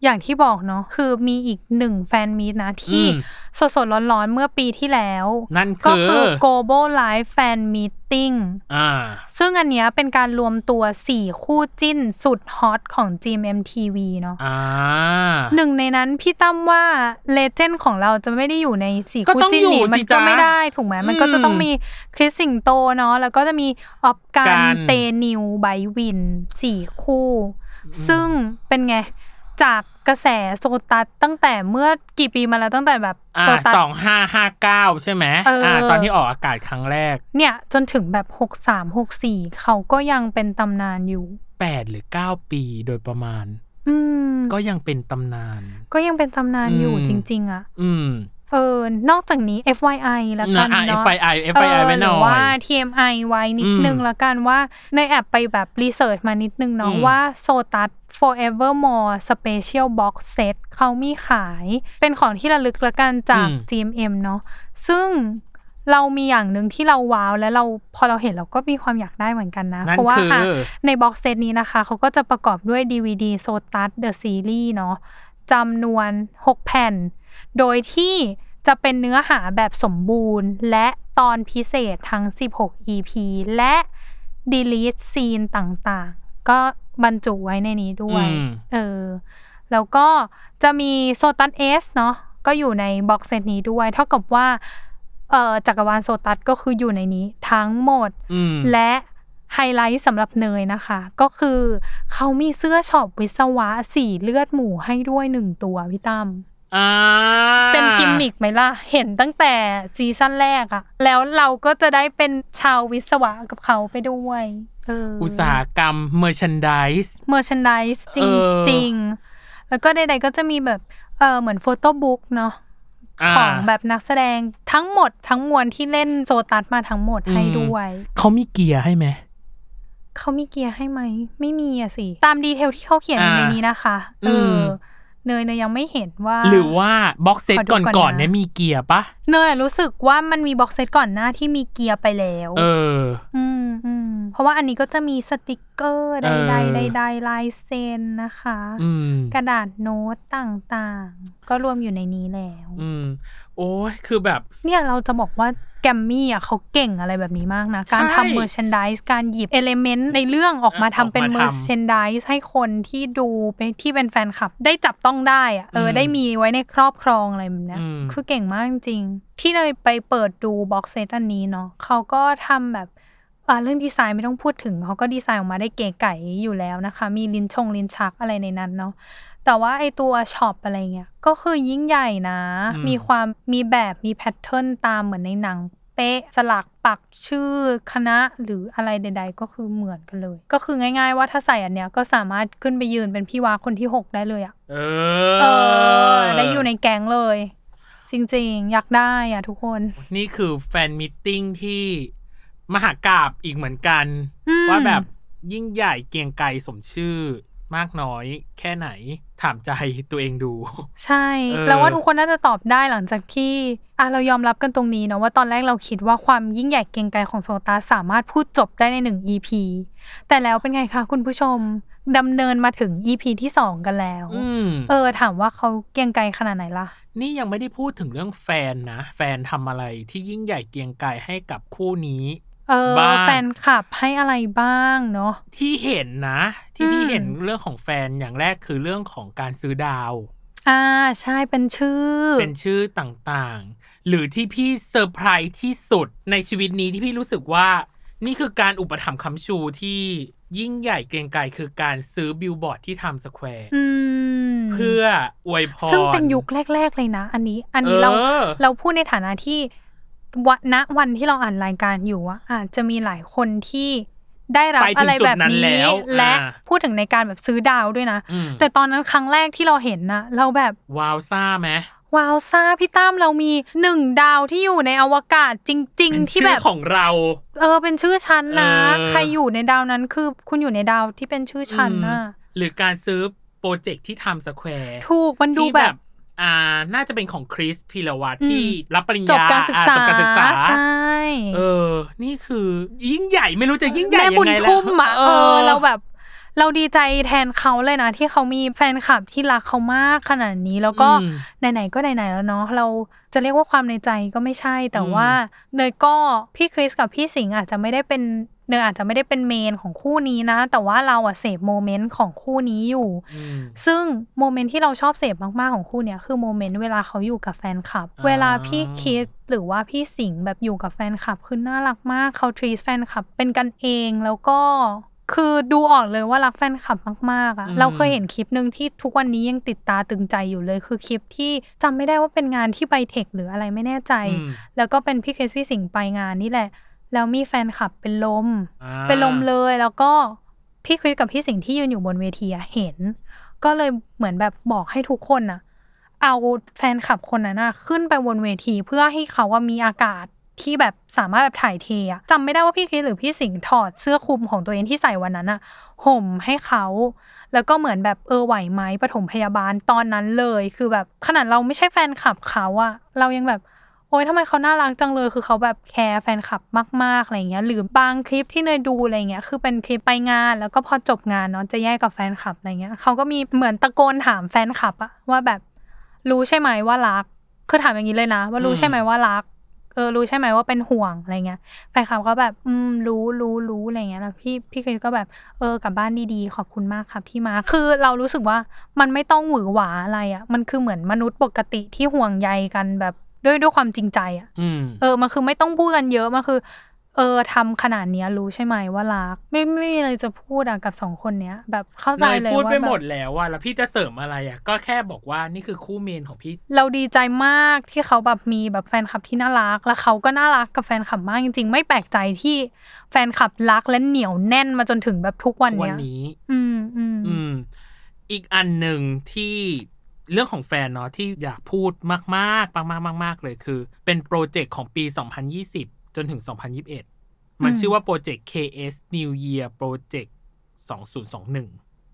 Speaker 3: อย่างที่บอกเนาะคือมีอีกหนึ่งแฟนมีตนะ ที่สดสดๆร้อนๆ เมื่อปีที่แล้ว
Speaker 2: นั่น
Speaker 3: ก็
Speaker 2: คือ
Speaker 3: คือ global live fan meeting
Speaker 2: อ่า
Speaker 3: ซึ่งอันเนี้ยเป็นการรวมตัว 4 คู่จิ้นสุดฮอตของ GMMTV เนาะ
Speaker 2: อ่า
Speaker 3: หนึ่งในนั้นพี่ตั้มว่าเลเจนด์ของเราจะไม่ได้อยู่ในสี่
Speaker 2: ก็
Speaker 3: คู่
Speaker 2: ต้อง
Speaker 3: จิ้น
Speaker 2: อยู่
Speaker 3: นี่มั
Speaker 2: สิ
Speaker 3: นก็
Speaker 2: จ๊ะ
Speaker 3: ไม่ได้ถูกไหมมันก็จะต้องมีคริสสิงโตเนาะแล้วก็จะมีออฟกา
Speaker 2: กั
Speaker 3: ร
Speaker 2: น
Speaker 3: เตนิวไบวินสี่คู่ ซึ่งเป็นไง จากกระแสโซตัสตั้งแต่เมื่อกี่ปีมาแล้วตั้งแต่แบบ
Speaker 2: อ่า
Speaker 3: โซตัส
Speaker 2: สองห้าห้าเก้าใช่ไหม
Speaker 3: เอออ่
Speaker 2: าตอนที่ออกอากาศครั้งแรก
Speaker 3: เนี่ย จนถึงแบบหกสามหกสี่เขาก็ยังเป็นตำนานอยู่
Speaker 2: แปดหรือเก้าปีโดยประมาณ
Speaker 3: อืม
Speaker 2: ก็ยังเป็นตำนาน
Speaker 3: ก็ยังเป็นตำนานอยู่
Speaker 2: อืม
Speaker 3: จริง ๆ อ่ะ
Speaker 2: อืม
Speaker 3: เออนอกจากนี้ FYI ละกัน
Speaker 2: อ่ะ
Speaker 3: เนาะ
Speaker 2: FII FII ไว้หน่อ
Speaker 3: เออรือว่า
Speaker 2: ย
Speaker 3: TMI ไว้นิดนึง
Speaker 2: อืม
Speaker 3: ละกันว่าในแอบไปแบบรีเสิร์ชมานิดนึงเนาะ
Speaker 2: อืม
Speaker 3: ว่า Sotus Forevermore Special Box Set เขามีขาย เป็นของที่ระลึกละกันจาก GMM เนาะซึ่งเรามีอย่างหนึ่งที่เราว้าวและเราพอเราเห็นเราก็มีความอยากได้เหมือนกันนะ
Speaker 2: นั่น
Speaker 3: เพราะว่า
Speaker 2: คือ
Speaker 3: อ่ะ
Speaker 2: อ
Speaker 3: ในบ็อกเซตนี้นะคะ เขาก็จะประกอบด้วย DVD Sotus The Series เนาะจำนวน 6 แผ่น โดยที่จะเป็นเนื้อหาแบบสมบูรณ์ และตอนพิเศษทั้ง 16 EP และ delete scene ต่างๆ ก็บรรจุไว้ในนี้ด้วย
Speaker 2: อืม
Speaker 3: เออ แล้วก็จะมีโซตัสเอสเนาะก็อยู่ในบ็อกเซตนี้ด้วย เท่ากับว่าเอ่อจักรวาลโซตัสก็คืออยู่ในนี้ทั้งหมด
Speaker 2: อืม
Speaker 3: และไฮไลท์สำหรับเนยนะคะ ก็คือเขามีเสื้อช็อปวิศวะสีเลือดหมูให้ด้วยหนึ่งตัวพี่ตั้ม
Speaker 2: อ่า
Speaker 3: เป็นกิมมิกไหมล่ะ เห็นตั้งแต่ซีซั่นแรกอะแล้วเราก็จะได้เป็นชาววิศวะกับเขาไปด้วยเออ
Speaker 2: อุ
Speaker 3: อุ
Speaker 2: ตสาหกรรม merchandise
Speaker 3: เมอร์ชันดิสจริง
Speaker 2: เออ
Speaker 3: จริง แล้วก็ใดๆก็จะมีแบบเออเหมือนโฟโต้บุ๊กเนาะ
Speaker 2: อ่า
Speaker 3: ของแบบนักแสดงทั้งหมดทั้งมวลที่เล่นโซตัสมาทั้งหมด
Speaker 2: อืม
Speaker 3: ให้ด้วย
Speaker 2: เขามีเกียร์ให้ไหม
Speaker 3: เขามีเกียร์ให้ไหม ไม่มีอะสิ ตามดีเทลที่เขาเขียน
Speaker 2: อ่า
Speaker 3: ในนี้นะคะเออ
Speaker 2: ม
Speaker 3: อเนยเนยยังไม่เห็นว่า
Speaker 2: หรือว่าบ็อกเซต
Speaker 3: ขอดูก่
Speaker 2: ก่
Speaker 3: อ
Speaker 2: อน นๆ
Speaker 3: นะ
Speaker 2: เนี่ยมีเกียร์ปะ
Speaker 3: เนยอะรู้สึกว่ามันมีบ็อกเซตก่อนหน้าที่มีเกียร์ไปแล้ว
Speaker 2: เออ
Speaker 3: อืมอืมเพราะว่าอันนี้ก็จะมีสติกเกอร์ใด
Speaker 2: เออ
Speaker 3: ใดใดใดๆลายเซ็นนะคะ
Speaker 2: อืม
Speaker 3: กระดาษโน้ตต่างๆ ก็รวมอยู่ในนี้แล้ว
Speaker 2: อืม โอ้ยคือแบบ
Speaker 3: เนี่ยเราจะบอกว่าแกรมมี่อ่ะเขาเก่งอะไรแบบนี้มากนะ การ
Speaker 2: ใช่
Speaker 3: ทำเมอร์ช n นดิสการหยิบเอลเมนต์ในเรื่องออกมา
Speaker 2: เออออก
Speaker 3: ทำเป็น
Speaker 2: มา
Speaker 3: เม
Speaker 2: ทำ
Speaker 3: อร์ช n นดิสให้คนที่ดูไปที่เป็นแฟนคลับ ได้จับต้องได้อ่ะเอออ
Speaker 2: ม
Speaker 3: ได้มีไว้ในครอบครองอะไรแบบเนี้ย
Speaker 2: อืม
Speaker 3: คือเก่งมากจริงๆ ที่เลยไปเปิดดูบ็อกเซตอันนี้เนาะเขาก็ทำแบบอ่ะเรื่องดีไซน์ไม่ต้องพูดถึงเขาก็ดีไซน์ออกมาได้เก๋ไก๋อยู่แล้วนะคะ มีลิ้นชงลิ้นชักอะไรในนั้นเนาะ แต่ว่าไอตัวช็อปอะไรเงี้ยก็คือยิ่งใหญ่นะ
Speaker 2: อืม
Speaker 3: มีความมีแบบมีแพทเทิร์นตามเหมือนในหนัง เป๊ะสลักปักชื่อคณะหรืออะไรใด ๆ ก็คือเหมือนกันเลย ก็คือง่าย ๆ ว่าถ้าใส่อันเนี้ยก็สามารถขึ้นไปยืนเป็นพี่วาคนที่ 6 ได้เลยอะ
Speaker 2: เอ
Speaker 3: เอ
Speaker 2: อ
Speaker 3: อ ได้อยู่ในแก๊งเลย จริงๆ อยากได้อ่ะทุกคน
Speaker 2: นี่คือแฟนมิทติ้งที่มหากราบอีกเหมือนกัน
Speaker 3: อืม
Speaker 2: ว่าแบบยิ่งใหญ่เกรียงไกรสมชื่อ มากน้อยแค่ไหน ถามใจตัวเองดู
Speaker 3: ใช่
Speaker 2: เออ
Speaker 3: แล้วว่าทุกคนน่าจะตอบได้หลังจากที่อ่ะเรายอมรับกันตรงนี้เนาะว่าตอนแรกเราคิดว่าความยิ่งใหญ่เกรียงไกรของโซตาสามารถพูดจบได้ในหนึ่ง EP แต่แล้วเป็นไงคะคุณผู้ชมดำเนินมาถึง EP ที่สองกันแล้ว
Speaker 2: อืม
Speaker 3: เออ ถามว่าเขาเกรียงไกรขนาดไหนล่ะ
Speaker 2: นี่ยังไม่ได้พูดถึงเรื่องแฟนนะ แฟนทำอะไรที่ยิ่งใหญ่เกรียงไกรให้กับคู่นี้
Speaker 3: เออ
Speaker 2: บ้าง
Speaker 3: แฟนคลับให้อะไรบ้างเนาะ
Speaker 2: ที่เห็นนะ ที่พี่
Speaker 3: อืม
Speaker 2: เห็นเรื่องของแฟนอย่างแรกคือเรื่องของการซื้อดาว
Speaker 3: อ่าใช่เป็นชื่อ
Speaker 2: เป็นชื่อต่างๆ หรือที่พี่เซอร์ไพรส์ที่สุดในชีวิตนี้ที่พี่รู้สึกว่า นี่คือการอุปถัมภ์คำชูที่ยิ่งใหญ่เกรียงไกรคือการซื้อบิลบอร์ดที่ไทำสแควร์
Speaker 3: อืม
Speaker 2: เพื่ออวยพร
Speaker 3: ซึ่งเป็นยุคแรก ๆ เลยนะ อันนี้อันนี้เรา
Speaker 2: ออ
Speaker 3: เราพูดในฐานะที่วันณวันที่เราอ่านรายการอยู่ว่าอาจจะมีหลายคนที่ได้รับ
Speaker 2: ไปถึง
Speaker 3: อะไรแบ
Speaker 2: จุ
Speaker 3: บ
Speaker 2: ดนั้นแล้
Speaker 3: นี้
Speaker 2: ว
Speaker 3: และ
Speaker 2: อ่า
Speaker 3: พูดถึงในการแบบซื้อดาวด้วยนะ
Speaker 2: อืม
Speaker 3: แต่ตอนนั้นครั้งแรกที่เราเห็นนะเราแบบ
Speaker 2: วาวซ่าไหม
Speaker 3: ว้าวซ่าพี่ตั้มเรามีหนึ่งดาวที่อยู่ในอวกาศจริง
Speaker 2: เป็น
Speaker 3: ๆ ที่
Speaker 2: ชื่
Speaker 3: แบ
Speaker 2: อบ ของเรา
Speaker 3: เออเป็นชื่อชั้นนะ
Speaker 2: เออ
Speaker 3: ใครอยู่ในดาวนั้นคือคุณอยู่ในดาวที่เป็นชื่อชั้นนะ
Speaker 2: อืมหรือการซื้อโปรเจกต์ที่ไทำสแควร์
Speaker 3: ถูกมันดู
Speaker 2: ที่
Speaker 3: แบ
Speaker 2: แบบ บ อ่า น่าจะเป็นของคริสพีรวัตร
Speaker 3: อืม
Speaker 2: ที่รับปริญ
Speaker 3: จ
Speaker 2: ญา
Speaker 3: บการศึกษา
Speaker 2: อ่จบการศึกษา
Speaker 3: ใช่
Speaker 2: เออ นี่คือยิ่งใหญ่ไม่รู้จะยิ่งใหญ่
Speaker 3: แม่
Speaker 2: ยังไง
Speaker 3: บุญ
Speaker 2: แล้ว
Speaker 3: คุ้มอ่ะ
Speaker 2: เอ
Speaker 3: เอ
Speaker 2: อ
Speaker 3: อเราแบบ เราดีใจแทนเขาเลยนะ ที่เขามีแฟนคลับที่รักเขามากขนาดนี้แล้วก็
Speaker 2: อืม
Speaker 3: ไหนๆก็ไหนๆแล้วเนาะเราจะเรียกว่าความในใจก็ไม่ใช่ แต่
Speaker 2: อืม
Speaker 3: ว่าเนยก็พี่คริสกับพี่สิงห์อาจจะไม่ได้เป็นเนยอาจจะไม่ได้เป็นเมนของคู่นี้นะ แต่ว่าเราอะเสพโมเมนต์ของคู่นี้อยู่
Speaker 2: อืม
Speaker 3: ซึ่งโมเมนต์ที่เราชอบเสพมาก ๆ ของคู่เนี้ยคือโมเมนต์เวลาเขาอยู่กับแฟนคลับ
Speaker 2: อ่า
Speaker 3: เวลาพี่คิดหรือว่าพี่สิงห์แบบอยู่กับแฟนคลับคือน่ารักมากเขาทรีสแฟนคลับเป็นกันเองแล้วก็ คือดูออกเลยว่ารักแฟนคลับมากๆอะ
Speaker 2: อืม
Speaker 3: เราเคยเห็นคลิปหนึ่งที่ทุกวันนี้ยังติดตาตึงใจอยู่เลย คือคลิปที่จำไม่ได้ว่าเป็นงานที่ไบเทคหรืออะไรไม่แน่ใจ
Speaker 2: อืม
Speaker 3: แล้วก็เป็นพี่เคสพี่สิงห์ไปงานนี่แหละ แล้วมีแฟนคลับเป็นลม
Speaker 2: อ่า
Speaker 3: เป็นลมเลยแล้วก็พี่คริสกับพี่สิงห์ที่ยืนอยู่บนเวทีอะเห็น ก็เลยเหมือนแบบบอกให้ทุกคนน่ะ เอาแฟนคลับคนนั้นน่ะขึ้นไปบนเวทีเพื่อให้เขาว่ามีอากาศที่แบบสามารถแบบถ่ายเทอะจำไม่ได้ว่าพี่คริสหรือพี่สิงห์ถอดเสื้อคลุมของตัวเองที่ใส่วันนั้นอะห่มให้เขา แล้วก็เหมือนแบบเออไหวไหมปฐมพยาบาลตอนนั้นเลย คือแบบขนาดเราไม่ใช่แฟนคลับเขาอะเรายังแบบ โอ๊ยทำไมเขาน่ารักจังเลย คือเขาแบบแคร์แฟนคลับมาก ๆ อะไรเงี้ย หรือบางคลิปที่เนยดูอะไรเงี้ย คือเป็นคลิปไปงาน แล้วก็พอจบงานเนาะ จะแยกกับแฟนคลับอะไรเงี้ย เขาก็มีเหมือนตะโกนถามแฟนคลับอะว่าแบบรู้ใช่ไหมว่ารัก คือถามอย่างนี้เลยนะ ว่ารู้ใช่ไหมว่ารัก เออ รู้ใช่ไหมว่าเป็นห่วงอะไรเงี้ย แฟนคลับก็แบบ อืม รู้ รู้ รู้ อะไรเงี้ย แล้วพี่ พี่คริสก็แบบ เออ กลับบ้านดีๆ ขอบคุณมากครับพี่มา คือเรารู้สึกว่ามันไม่ต้องหวือหวาอะไรอะ่ะ มันคือเหมือนมนุษย์ปกติที่ห่วงใยกันแบบด้วยด้วยความจริงใจอะ่ะ
Speaker 2: อืม
Speaker 3: เออ มันคือไม่ต้องพูดกันเยอะ มันคือ เออทำขนาดเนี้ยรู้ใช่ไหมว่ารัก ไม่ไม่มีอะไรจะพูดอะกับสองคนเนี้ย แบบเข้า
Speaker 2: เน
Speaker 3: ใจ
Speaker 2: ย
Speaker 3: เลย
Speaker 2: พูด
Speaker 3: ว่า
Speaker 2: ไปหมด
Speaker 3: แบบ
Speaker 2: แล้วอะแล้วพี่จะเสริมอะไรอะก็แค่บอกว่านี่คือคู่เมนของพี่
Speaker 3: เราดีใจมากที่เขาแบบมีแบบแฟนคลับที่น่ารัก แล้วเขาก็น่ารักกับแฟนคลับมากจริง ๆ ไม่แปลกใจที่แฟนคลับรักและเหนียวแน่นมาจนถึงแบบทุกวัน
Speaker 2: วั
Speaker 3: เนี้ย
Speaker 2: นี้
Speaker 3: อืมอืม
Speaker 2: อืม อีกอันหนึ่งที่เรื่องของแฟนเนาะที่อยากพูดมากๆมากๆมากๆเลยคือ เป็นโปรเจกต์ของปี 2020 จนถึง 2021 มันชื่อว่าโปรเจกต์ KS New Year Project 2021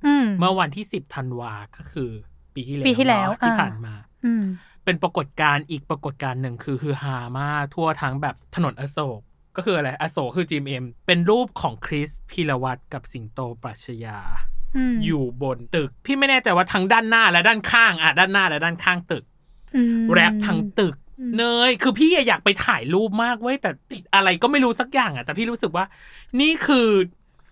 Speaker 3: อืม
Speaker 2: เมื่อวันที่ 10ธันวาก็คือปีที่แล้ว
Speaker 3: ปีที่แล้ว
Speaker 2: เนอะที่
Speaker 3: อ่า
Speaker 2: ผ่านมา
Speaker 3: อืม
Speaker 2: เป็นปรากฏการณ์อีกปรากฏการณ์หนึ่งคือฮือฮามากทั่วทั้งแบบถนนอโศก ก็คืออะไรอโศกคือ GMM เป็นรูปของคริสพีรวัตรกับสิงโตปรัชญา
Speaker 3: อืม
Speaker 2: อยู่บนตึก พี่ไม่แน่ใจว่าทั้งด้านหน้าและด้านข้างอ่ะด้านหน้าและด้านข้างตึก
Speaker 3: อืม
Speaker 2: แรปทั้งตึก
Speaker 3: อืม
Speaker 2: เนย คือพี่อยากไปถ่ายรูปมากเว้ยแต่ติดอะไรก็ไม่รู้สักอย่างอ่ะแต่พี่รู้สึกว่า นี่คือ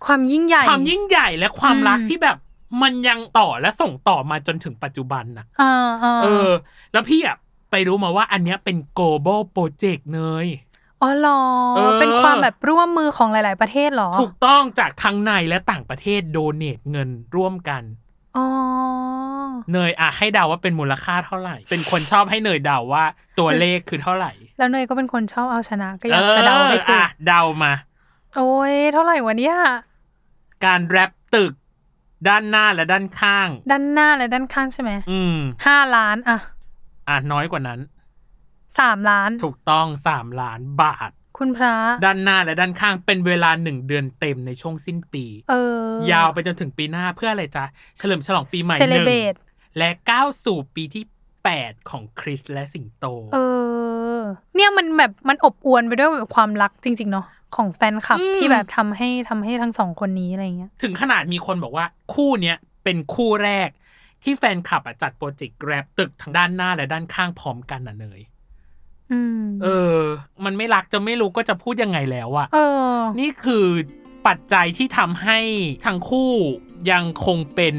Speaker 3: ความยิ่งใหญ่
Speaker 2: ความยิ่งใหญ่และความรัก
Speaker 3: อืม
Speaker 2: ที่แบบมันยังต่อและส่งต่อมาจนถึงปัจจุบันน่ะ
Speaker 3: เออเออ
Speaker 2: เออ แล้วพี่อ่ะไปรู้มาว่าอันเนี้ยเป็น global project เนย
Speaker 3: อ๋อเหรอ
Speaker 2: เออ
Speaker 3: เป็นความแบบร่วมมือของหลาย ๆ ประเทศเหรอ
Speaker 2: ถูกต้องจากทั้งในและต่างประเทศโดเนทเงินร่วมกัน
Speaker 3: อ๋อ
Speaker 2: เนยอ่ะให้เดาว่าเป็นมูลค่าเท่าไหร่ เป็นคนชอบให้เนยเดาว่าตัวเลขคือเท่าไหร่
Speaker 3: แล้วเนยก็เป็นคนชอบเอาชนะ ก็อยากจะเดา
Speaker 2: เออ
Speaker 3: ให้ถูก
Speaker 2: อ่ะเดามา
Speaker 3: โอ้ยเท่าไหร่วะเนี่ย
Speaker 2: การแรปตึก ด้านหน้าและด้านข้าง
Speaker 3: ด้านหน้าและด้านข้างใช่ไหม
Speaker 2: อืม
Speaker 3: ห้าล้านอ่ะ
Speaker 2: อ่ะน้อยกว่านั้น
Speaker 3: สามล้าน
Speaker 2: ถูกต้องสามล้านบาท
Speaker 3: คุณพระ
Speaker 2: ด้านหน้าและด้านข้างเป็นเวลาหนึ่งเดือนเต็มในช่วงสิ้นปี
Speaker 3: เออย
Speaker 2: าวไปจนถึงปีหน้าเพื่ออะไรจ๊ะ เฉลิมฉลองปีใหม่
Speaker 3: เซ
Speaker 2: ห
Speaker 3: เล
Speaker 2: นึ่ง
Speaker 3: เบต
Speaker 2: และก้าวสู่ปีที่ 8 ของคริสและสิงโต
Speaker 3: เออ เนี่ยมันแบบมันอบอวลไปด้วยแบบความรักจริง ๆ เนาะของแฟนคลับ
Speaker 2: อืม
Speaker 3: ที่แบบทำให้ทำให้ทั้งสองคนนี้อะไรเงี้ย
Speaker 2: ถึงขนาดมีคนบอกว่าคู่เนี้ยเป็นคู่แรก ที่แฟนคลับอะจัดโปรเจกต์แกร็บตึกทางด้านหน้าและด้านข้างพร้อมกันน่ะเนย
Speaker 3: อืม
Speaker 2: เออ มันไม่รักจะไม่รู้ก็จะพูดยังไงแล้วอะ
Speaker 3: เออ
Speaker 2: นี่คือปัจจัยที่ทำให้ทั้งคู่ยังคงเป็น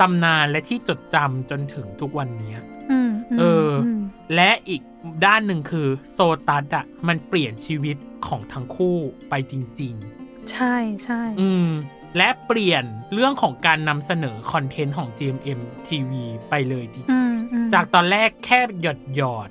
Speaker 2: ตำนานและที่จดจำจนถึงทุกวันเนี้ย
Speaker 3: อืมม
Speaker 2: เอออื
Speaker 3: ม
Speaker 2: และอีกด้านหนึ่งคือโซตัสอะมันเปลี่ยนชีวิตของทั้งคู่ไปจริง ๆ
Speaker 3: ใช่ใช่
Speaker 2: อืม และเปลี่ยนเรื่องของการนำเสนอคอนเทนต์ของ GMM TV ไปเลยที
Speaker 3: อืมอืม
Speaker 2: จากตอนแรกแค่หยดหยอด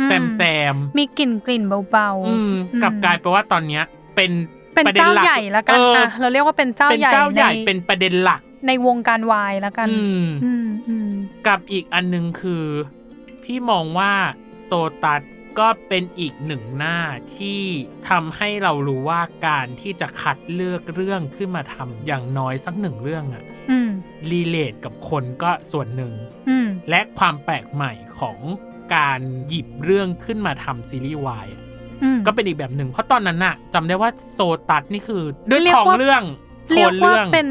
Speaker 3: อืม
Speaker 2: แซมแซม
Speaker 3: มีกลิ่นกลิ่นเบา
Speaker 2: อืมกลับกลายไปว่าตอนเนี้ย เป็น
Speaker 3: ๆ เป็นเจ้า
Speaker 2: ระด็ลั
Speaker 3: ใหญ่ละกัน
Speaker 2: เออ
Speaker 3: อ่ะเราเรียกว่าเป็นเจ้า
Speaker 2: เป็น
Speaker 3: ใหญ่
Speaker 2: เจ้าใหญ่
Speaker 3: ใน
Speaker 2: เป็นประเด็นหลัก
Speaker 3: ในวงการวายละกัน
Speaker 2: อืม
Speaker 3: อืมอืม
Speaker 2: กับอีกอันหนึงคือ พี่มองว่าโซตัสก็เป็นอีกหนึ่งหน้าที่ทำให้เรารู้ว่าการที่จะคัดเลือกเรื่องขึ้นมาทำอย่างน้อยสักหนึ่งเรื่องอะ
Speaker 3: อืม
Speaker 2: รีเลทกับคนก็ส่วนหนึ่ง
Speaker 3: อืม
Speaker 2: และความแปลกใหม่ของการหยิบเรื่องขึ้นมาทำซีรีส์วายอะ
Speaker 3: อืม
Speaker 2: ก็เป็นอีกแบบหนึ่ง เพราะตอนนั้นน่ะจำได้ว่าโซตัสนี่คือ ด้วย
Speaker 3: เรียก
Speaker 2: ของ
Speaker 3: ว่า
Speaker 2: เรื่องโท
Speaker 3: เรีย
Speaker 2: น
Speaker 3: กว่า
Speaker 2: เรื่อง
Speaker 3: เป็น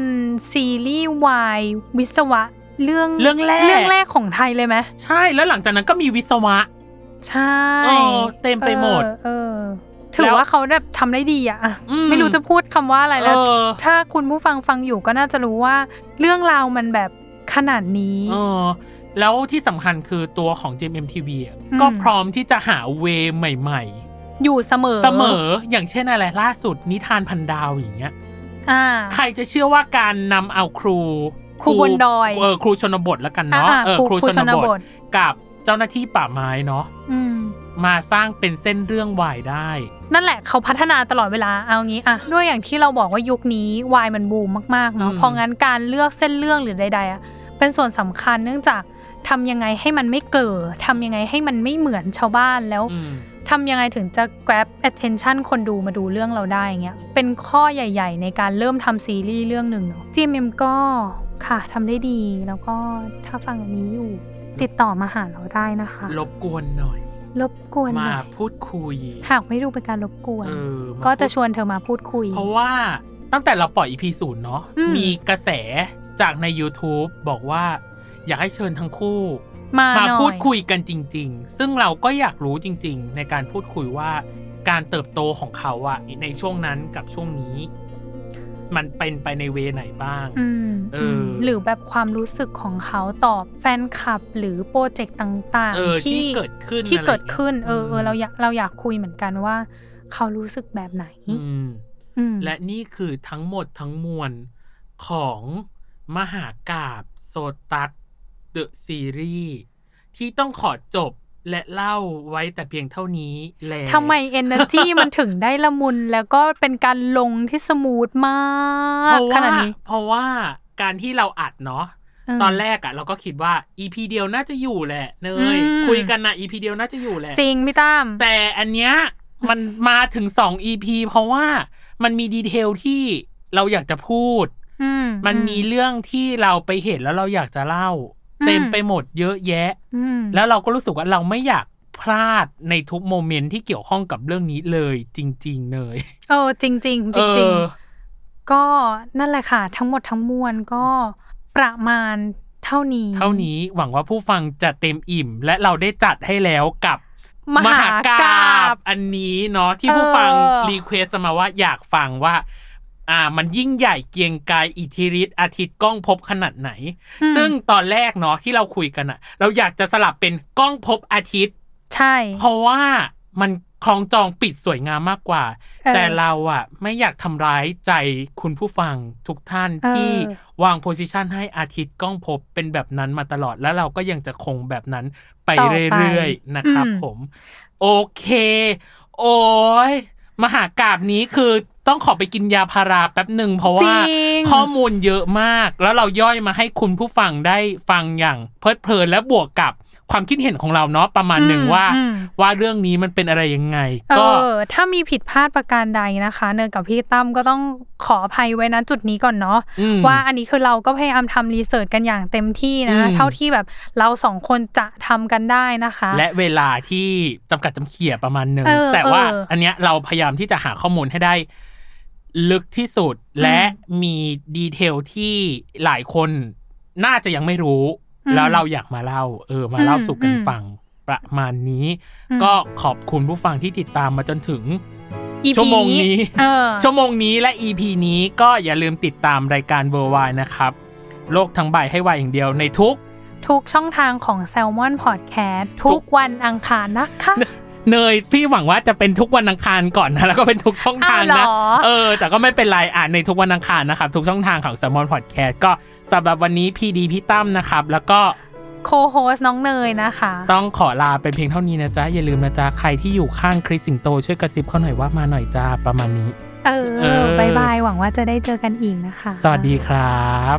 Speaker 3: ซีรีส์วายวิศวะเรื่อง
Speaker 2: เรื่องแรก
Speaker 3: เรื่องแรกของไทยเลยไหม
Speaker 2: ใช่แล้วหลังจากนั้นก็มีวิศวะ
Speaker 3: ใช่
Speaker 2: เออเต็มไปหมด
Speaker 3: เออเออ ถือว่าเขาแบบทำได้ดีอะอ่ะ
Speaker 2: อื
Speaker 3: ไม่รู้จะพูดคำว่าอะไรแล้ว
Speaker 2: เออ
Speaker 3: ถ้าคุณผู้ฟังฟังอยู่ก็น่าจะรู้ว่า เรื่องราวมันแบบขนาดนี้
Speaker 2: เออ แล้วที่สำคัญคือตัวของ JMTV อะ
Speaker 3: อืม
Speaker 2: ก็พร้อมที่จะหาเวย์ใหม่
Speaker 3: อยู่เสมอ
Speaker 2: ๆ เสมออย่างเช่นอะไรล่าสุดนิทานพันดาวอย่างเงี้ย
Speaker 3: อ่า
Speaker 2: ใครจะเชื่อว่าการนำเอาครู
Speaker 3: ครูบนดอย
Speaker 2: เออครูชนบทแล้วกันเนาะ
Speaker 3: อ่าๆ
Speaker 2: เออ
Speaker 3: ครู
Speaker 2: ครู
Speaker 3: ครู
Speaker 2: ชน
Speaker 3: ชน
Speaker 2: บบ ท
Speaker 3: ท
Speaker 2: กับเจ้าหน้าที่ป่าไม้เนาะ
Speaker 3: อืม
Speaker 2: มาสร้างเป็นเส้นเรื่องวายได้
Speaker 3: นั่นแหละเขาพัฒนาตลอดเวลาเอางี้อะด้วยอย่างที่เราบอกว่ายุคนี้วายมันบูมมากๆเนาะ
Speaker 2: อืม
Speaker 3: เพราะงั้นการเลือกเส้นเรื่องหรือใดๆอะเป็นส่วนสำคัญเนื่องจากทำยังไงให้มันไม่เกิดทำยังไงให้มันไม่เหมือนชาวบ้านแล้ว
Speaker 2: อืม
Speaker 3: ทำยังไงถึงจะ grab attention คนดูมาดูเรื่องเราได้อย่างเงี้ยเป็นข้อใหญ่ๆ ในการเริ่มทำซีรีส์เรื่องหนึ่งเนาะ GMM ก็ค่ะทำได้ดีแล้วก็ถ้าฟังอันนี้อยู่ ติดต่อมาหาเราได้นะคะ
Speaker 2: รบกวนหน่อย
Speaker 3: รบกวนห
Speaker 2: มา
Speaker 3: น่อย
Speaker 2: พูดคุย
Speaker 3: หากไม่ดูเป็นการรบกวน
Speaker 2: เออมา
Speaker 3: ก็จะ
Speaker 2: พูด
Speaker 3: ชวนเธอมาพูดคุย
Speaker 2: เพราะว่าตั้งแต่เราปล่อย EP ศูนย์เนาะ
Speaker 3: อืม
Speaker 2: มีกระแสจากใน YouTube บอกว่า อยากให้เชิญทั้งคู่
Speaker 3: มา
Speaker 2: มา
Speaker 3: หน่อย
Speaker 2: พูดคุยกันจริง ๆ ซึ่งเราก็อยากรู้จริง ๆ ในการพูดคุยว่าการเติบโตของเขาอะในช่วงนั้นกับช่วงนี้ มันเป็นไปในเวไหนบ้าง
Speaker 3: อืม
Speaker 2: เออ
Speaker 3: หรือแบบความรู้สึกของเขาต่อแฟนคลับหรือโปรเจกต์ต่าง
Speaker 2: เออ
Speaker 3: ๆ
Speaker 2: ที่เกิดขึ้น
Speaker 3: ที่เกิด
Speaker 2: อะไรอย่างเงี้ย
Speaker 3: ขึ้น เออเออ
Speaker 2: ม
Speaker 3: เราอยากเราอยากคุยเหมือนกันว่า เขารู้สึกแบบไหน
Speaker 2: อืม
Speaker 3: อืม
Speaker 2: และนี่คือทั้งหมดทั้งมวลของมหากาบโซตัสเดอะซีรีส์ที่ต้องขอจบและเล่าไว้แต่เพียงเท่านี้แล้ว
Speaker 3: ทำไม energy มันถึงได้ละมุน แล้วก็เป็นการลงที่สมูทมา
Speaker 2: เพ
Speaker 3: ก
Speaker 2: ราะ
Speaker 3: ข
Speaker 2: ว่า
Speaker 3: นาดนี้
Speaker 2: เพราะว่าการที่เราอัดเนาะ
Speaker 3: เออ
Speaker 2: ตอนแรกอะเราก็คิดว่า EP เดียวน่าจะอยู่แหละเน
Speaker 3: อื
Speaker 2: ย
Speaker 3: ม
Speaker 2: คุยกันนะ EP เดียวน่าจะอยู่แหละ
Speaker 3: จริงพี่ตั้ม
Speaker 2: แต่อันเนี้ยมันมาถึงสอง EP เพราะว่ามันมีดีเทลที่เราอยากจะพูด
Speaker 3: อื
Speaker 2: มันมีเรื่องที่เราไปเห็นแล้วเราอยากจะเล่า เต็มไปหมดเยอะแยะ
Speaker 3: อืม
Speaker 2: แล้วเราก็รู้สึกว่าเราไม่อยากพลาดในทุกโมเมนต์ที่เกี่ยวข้องกับเรื่องนี้เลย จริง ๆ เลย
Speaker 3: เออจริงจริงๆจริง
Speaker 2: เอ
Speaker 3: จริง
Speaker 2: อ
Speaker 3: ก็นั่นแหละค่ะ ทั้งหมดทั้งมวลก็ประมาณเท่านี้
Speaker 2: เท่านี้หวังว่าผู้ฟังจะเต็มอิ่ม และเราได้จัดให้แล้วกับ
Speaker 3: มหากา
Speaker 2: บบ อันนี้เนาะที่
Speaker 3: เออ
Speaker 2: ผู้ฟังรีเควสมาว่าอยากฟังว่า อ่า มันยิ่งใหญ่เกรียงไกายอิทธิฤทธิ์อาทิตย์ก้องพบขนาดไหน ซึ่งตอนแรกเนาะที่เราคุยกันอะเราอยากจะสลับเป็นก้องพบอาทิตย์
Speaker 3: ใช่
Speaker 2: เพราะว่ามันคลองจองปิดสวยงามมากกว่า
Speaker 3: เออ
Speaker 2: แต่เราอะไม่อยากทำร้ายใจคุณผู้ฟังทุกท่าน
Speaker 3: เออ
Speaker 2: ที่วางโพสิชันให้อาทิตย์ก้องพบเป็นแบบนั้นมาตลอดแล้วเราก็ยังจะคงแบบนั้นไปเรื่อยๆนะครับผม โอเค โอ้ยมหากาบนี้คือต้องขอไปกินยาพาราแป๊บหนึ่งเพราะ
Speaker 3: จ
Speaker 2: ว่า
Speaker 3: ริง
Speaker 2: ข้อมูลเยอะมาก แล้วเราย่อยมาให้คุณผู้ฟังได้ฟังอย่างเพลิดเพลินและบวกกับความคิดเห็นของเราเนาะประมาณหนึ่ง
Speaker 3: อืม
Speaker 2: ว่า
Speaker 3: อืม
Speaker 2: ว่าเรื่องนี้มันเป็นอะไรยังไง
Speaker 3: เอ
Speaker 2: ก็
Speaker 3: อถ้ามีผิดพลาดประการใดนะคะ เนยกับพี่ตั้มก็ต้องขออภัยไว้นะจุดนี้ก่อนเนาะ
Speaker 2: ม
Speaker 3: ว่าอันนี้คือเราก็พยายามทำรีเสิร์ชกันอย่างเต็มที่นะ
Speaker 2: อืม
Speaker 3: เท่าที่แบบเราสองคนจะทำกันได้นะคะ
Speaker 2: และเวลาที่จำกัดจำเขี่ยประมาณหนึ่ง
Speaker 3: เออ
Speaker 2: แต่ว่า
Speaker 3: เอออั
Speaker 2: อันเนี้ยเราพยายามที่จะหาข้อมูลให้ได้ ลึกที่สุดและมีดีเทลที่หลายคนน่าจะยังไม่รู้
Speaker 3: อืม
Speaker 2: แล้วเราอยากมาเล่า เออ มาเล่าสู่กัน
Speaker 3: อืม
Speaker 2: ฟังประมาณนี้
Speaker 3: อืม
Speaker 2: ก็ขอบคุณผู้ฟังที่ติดตามมาจนถึง
Speaker 3: EP
Speaker 2: ชั่วโมงนี้
Speaker 3: เออ
Speaker 2: ชั่วโมงนี้และ EP นี้ก็อย่าลืมติดตามรายการเวอร์ไวนะครับ โลกทั้งใบให้วายอย่างเดียวในทุก
Speaker 3: ทุกช่องทางของ s ซ l m o n Podcast ทุกวันอังคารนะคะ
Speaker 2: เนยพี่หวังว่าจะเป็นทุกวันอังคารก่อนนะ แล้วก็เป็นทุกช่องทาง
Speaker 3: อ้าวเหร
Speaker 2: นะ
Speaker 3: อ
Speaker 2: เออ แต่ก็ไม่เป็นไรอ่านในทุกวันอังคารนะครับ ทุกช่องทางของ s ซ l m o n Podcast ก็สำหรับวันนี้พี่ดีพี่ตั้มนะครับ แล้วก็
Speaker 3: โคโฮสน้องเนยนะคะ
Speaker 2: ต้องขอลาเป็นเพียงเท่านี้นะจ๊ะ อย่าลืมนะจ๊ะ ใครที่อยู่ข้างคริสสิงโตช่วยกระซิบเขาหน่อยว่ามาหน่อยจ้าประมาณนี้
Speaker 3: เอ
Speaker 2: เออ
Speaker 3: อบายบาย หวังว่าจะได้เจอกันอีกนะคะ
Speaker 2: สวัสดีครับ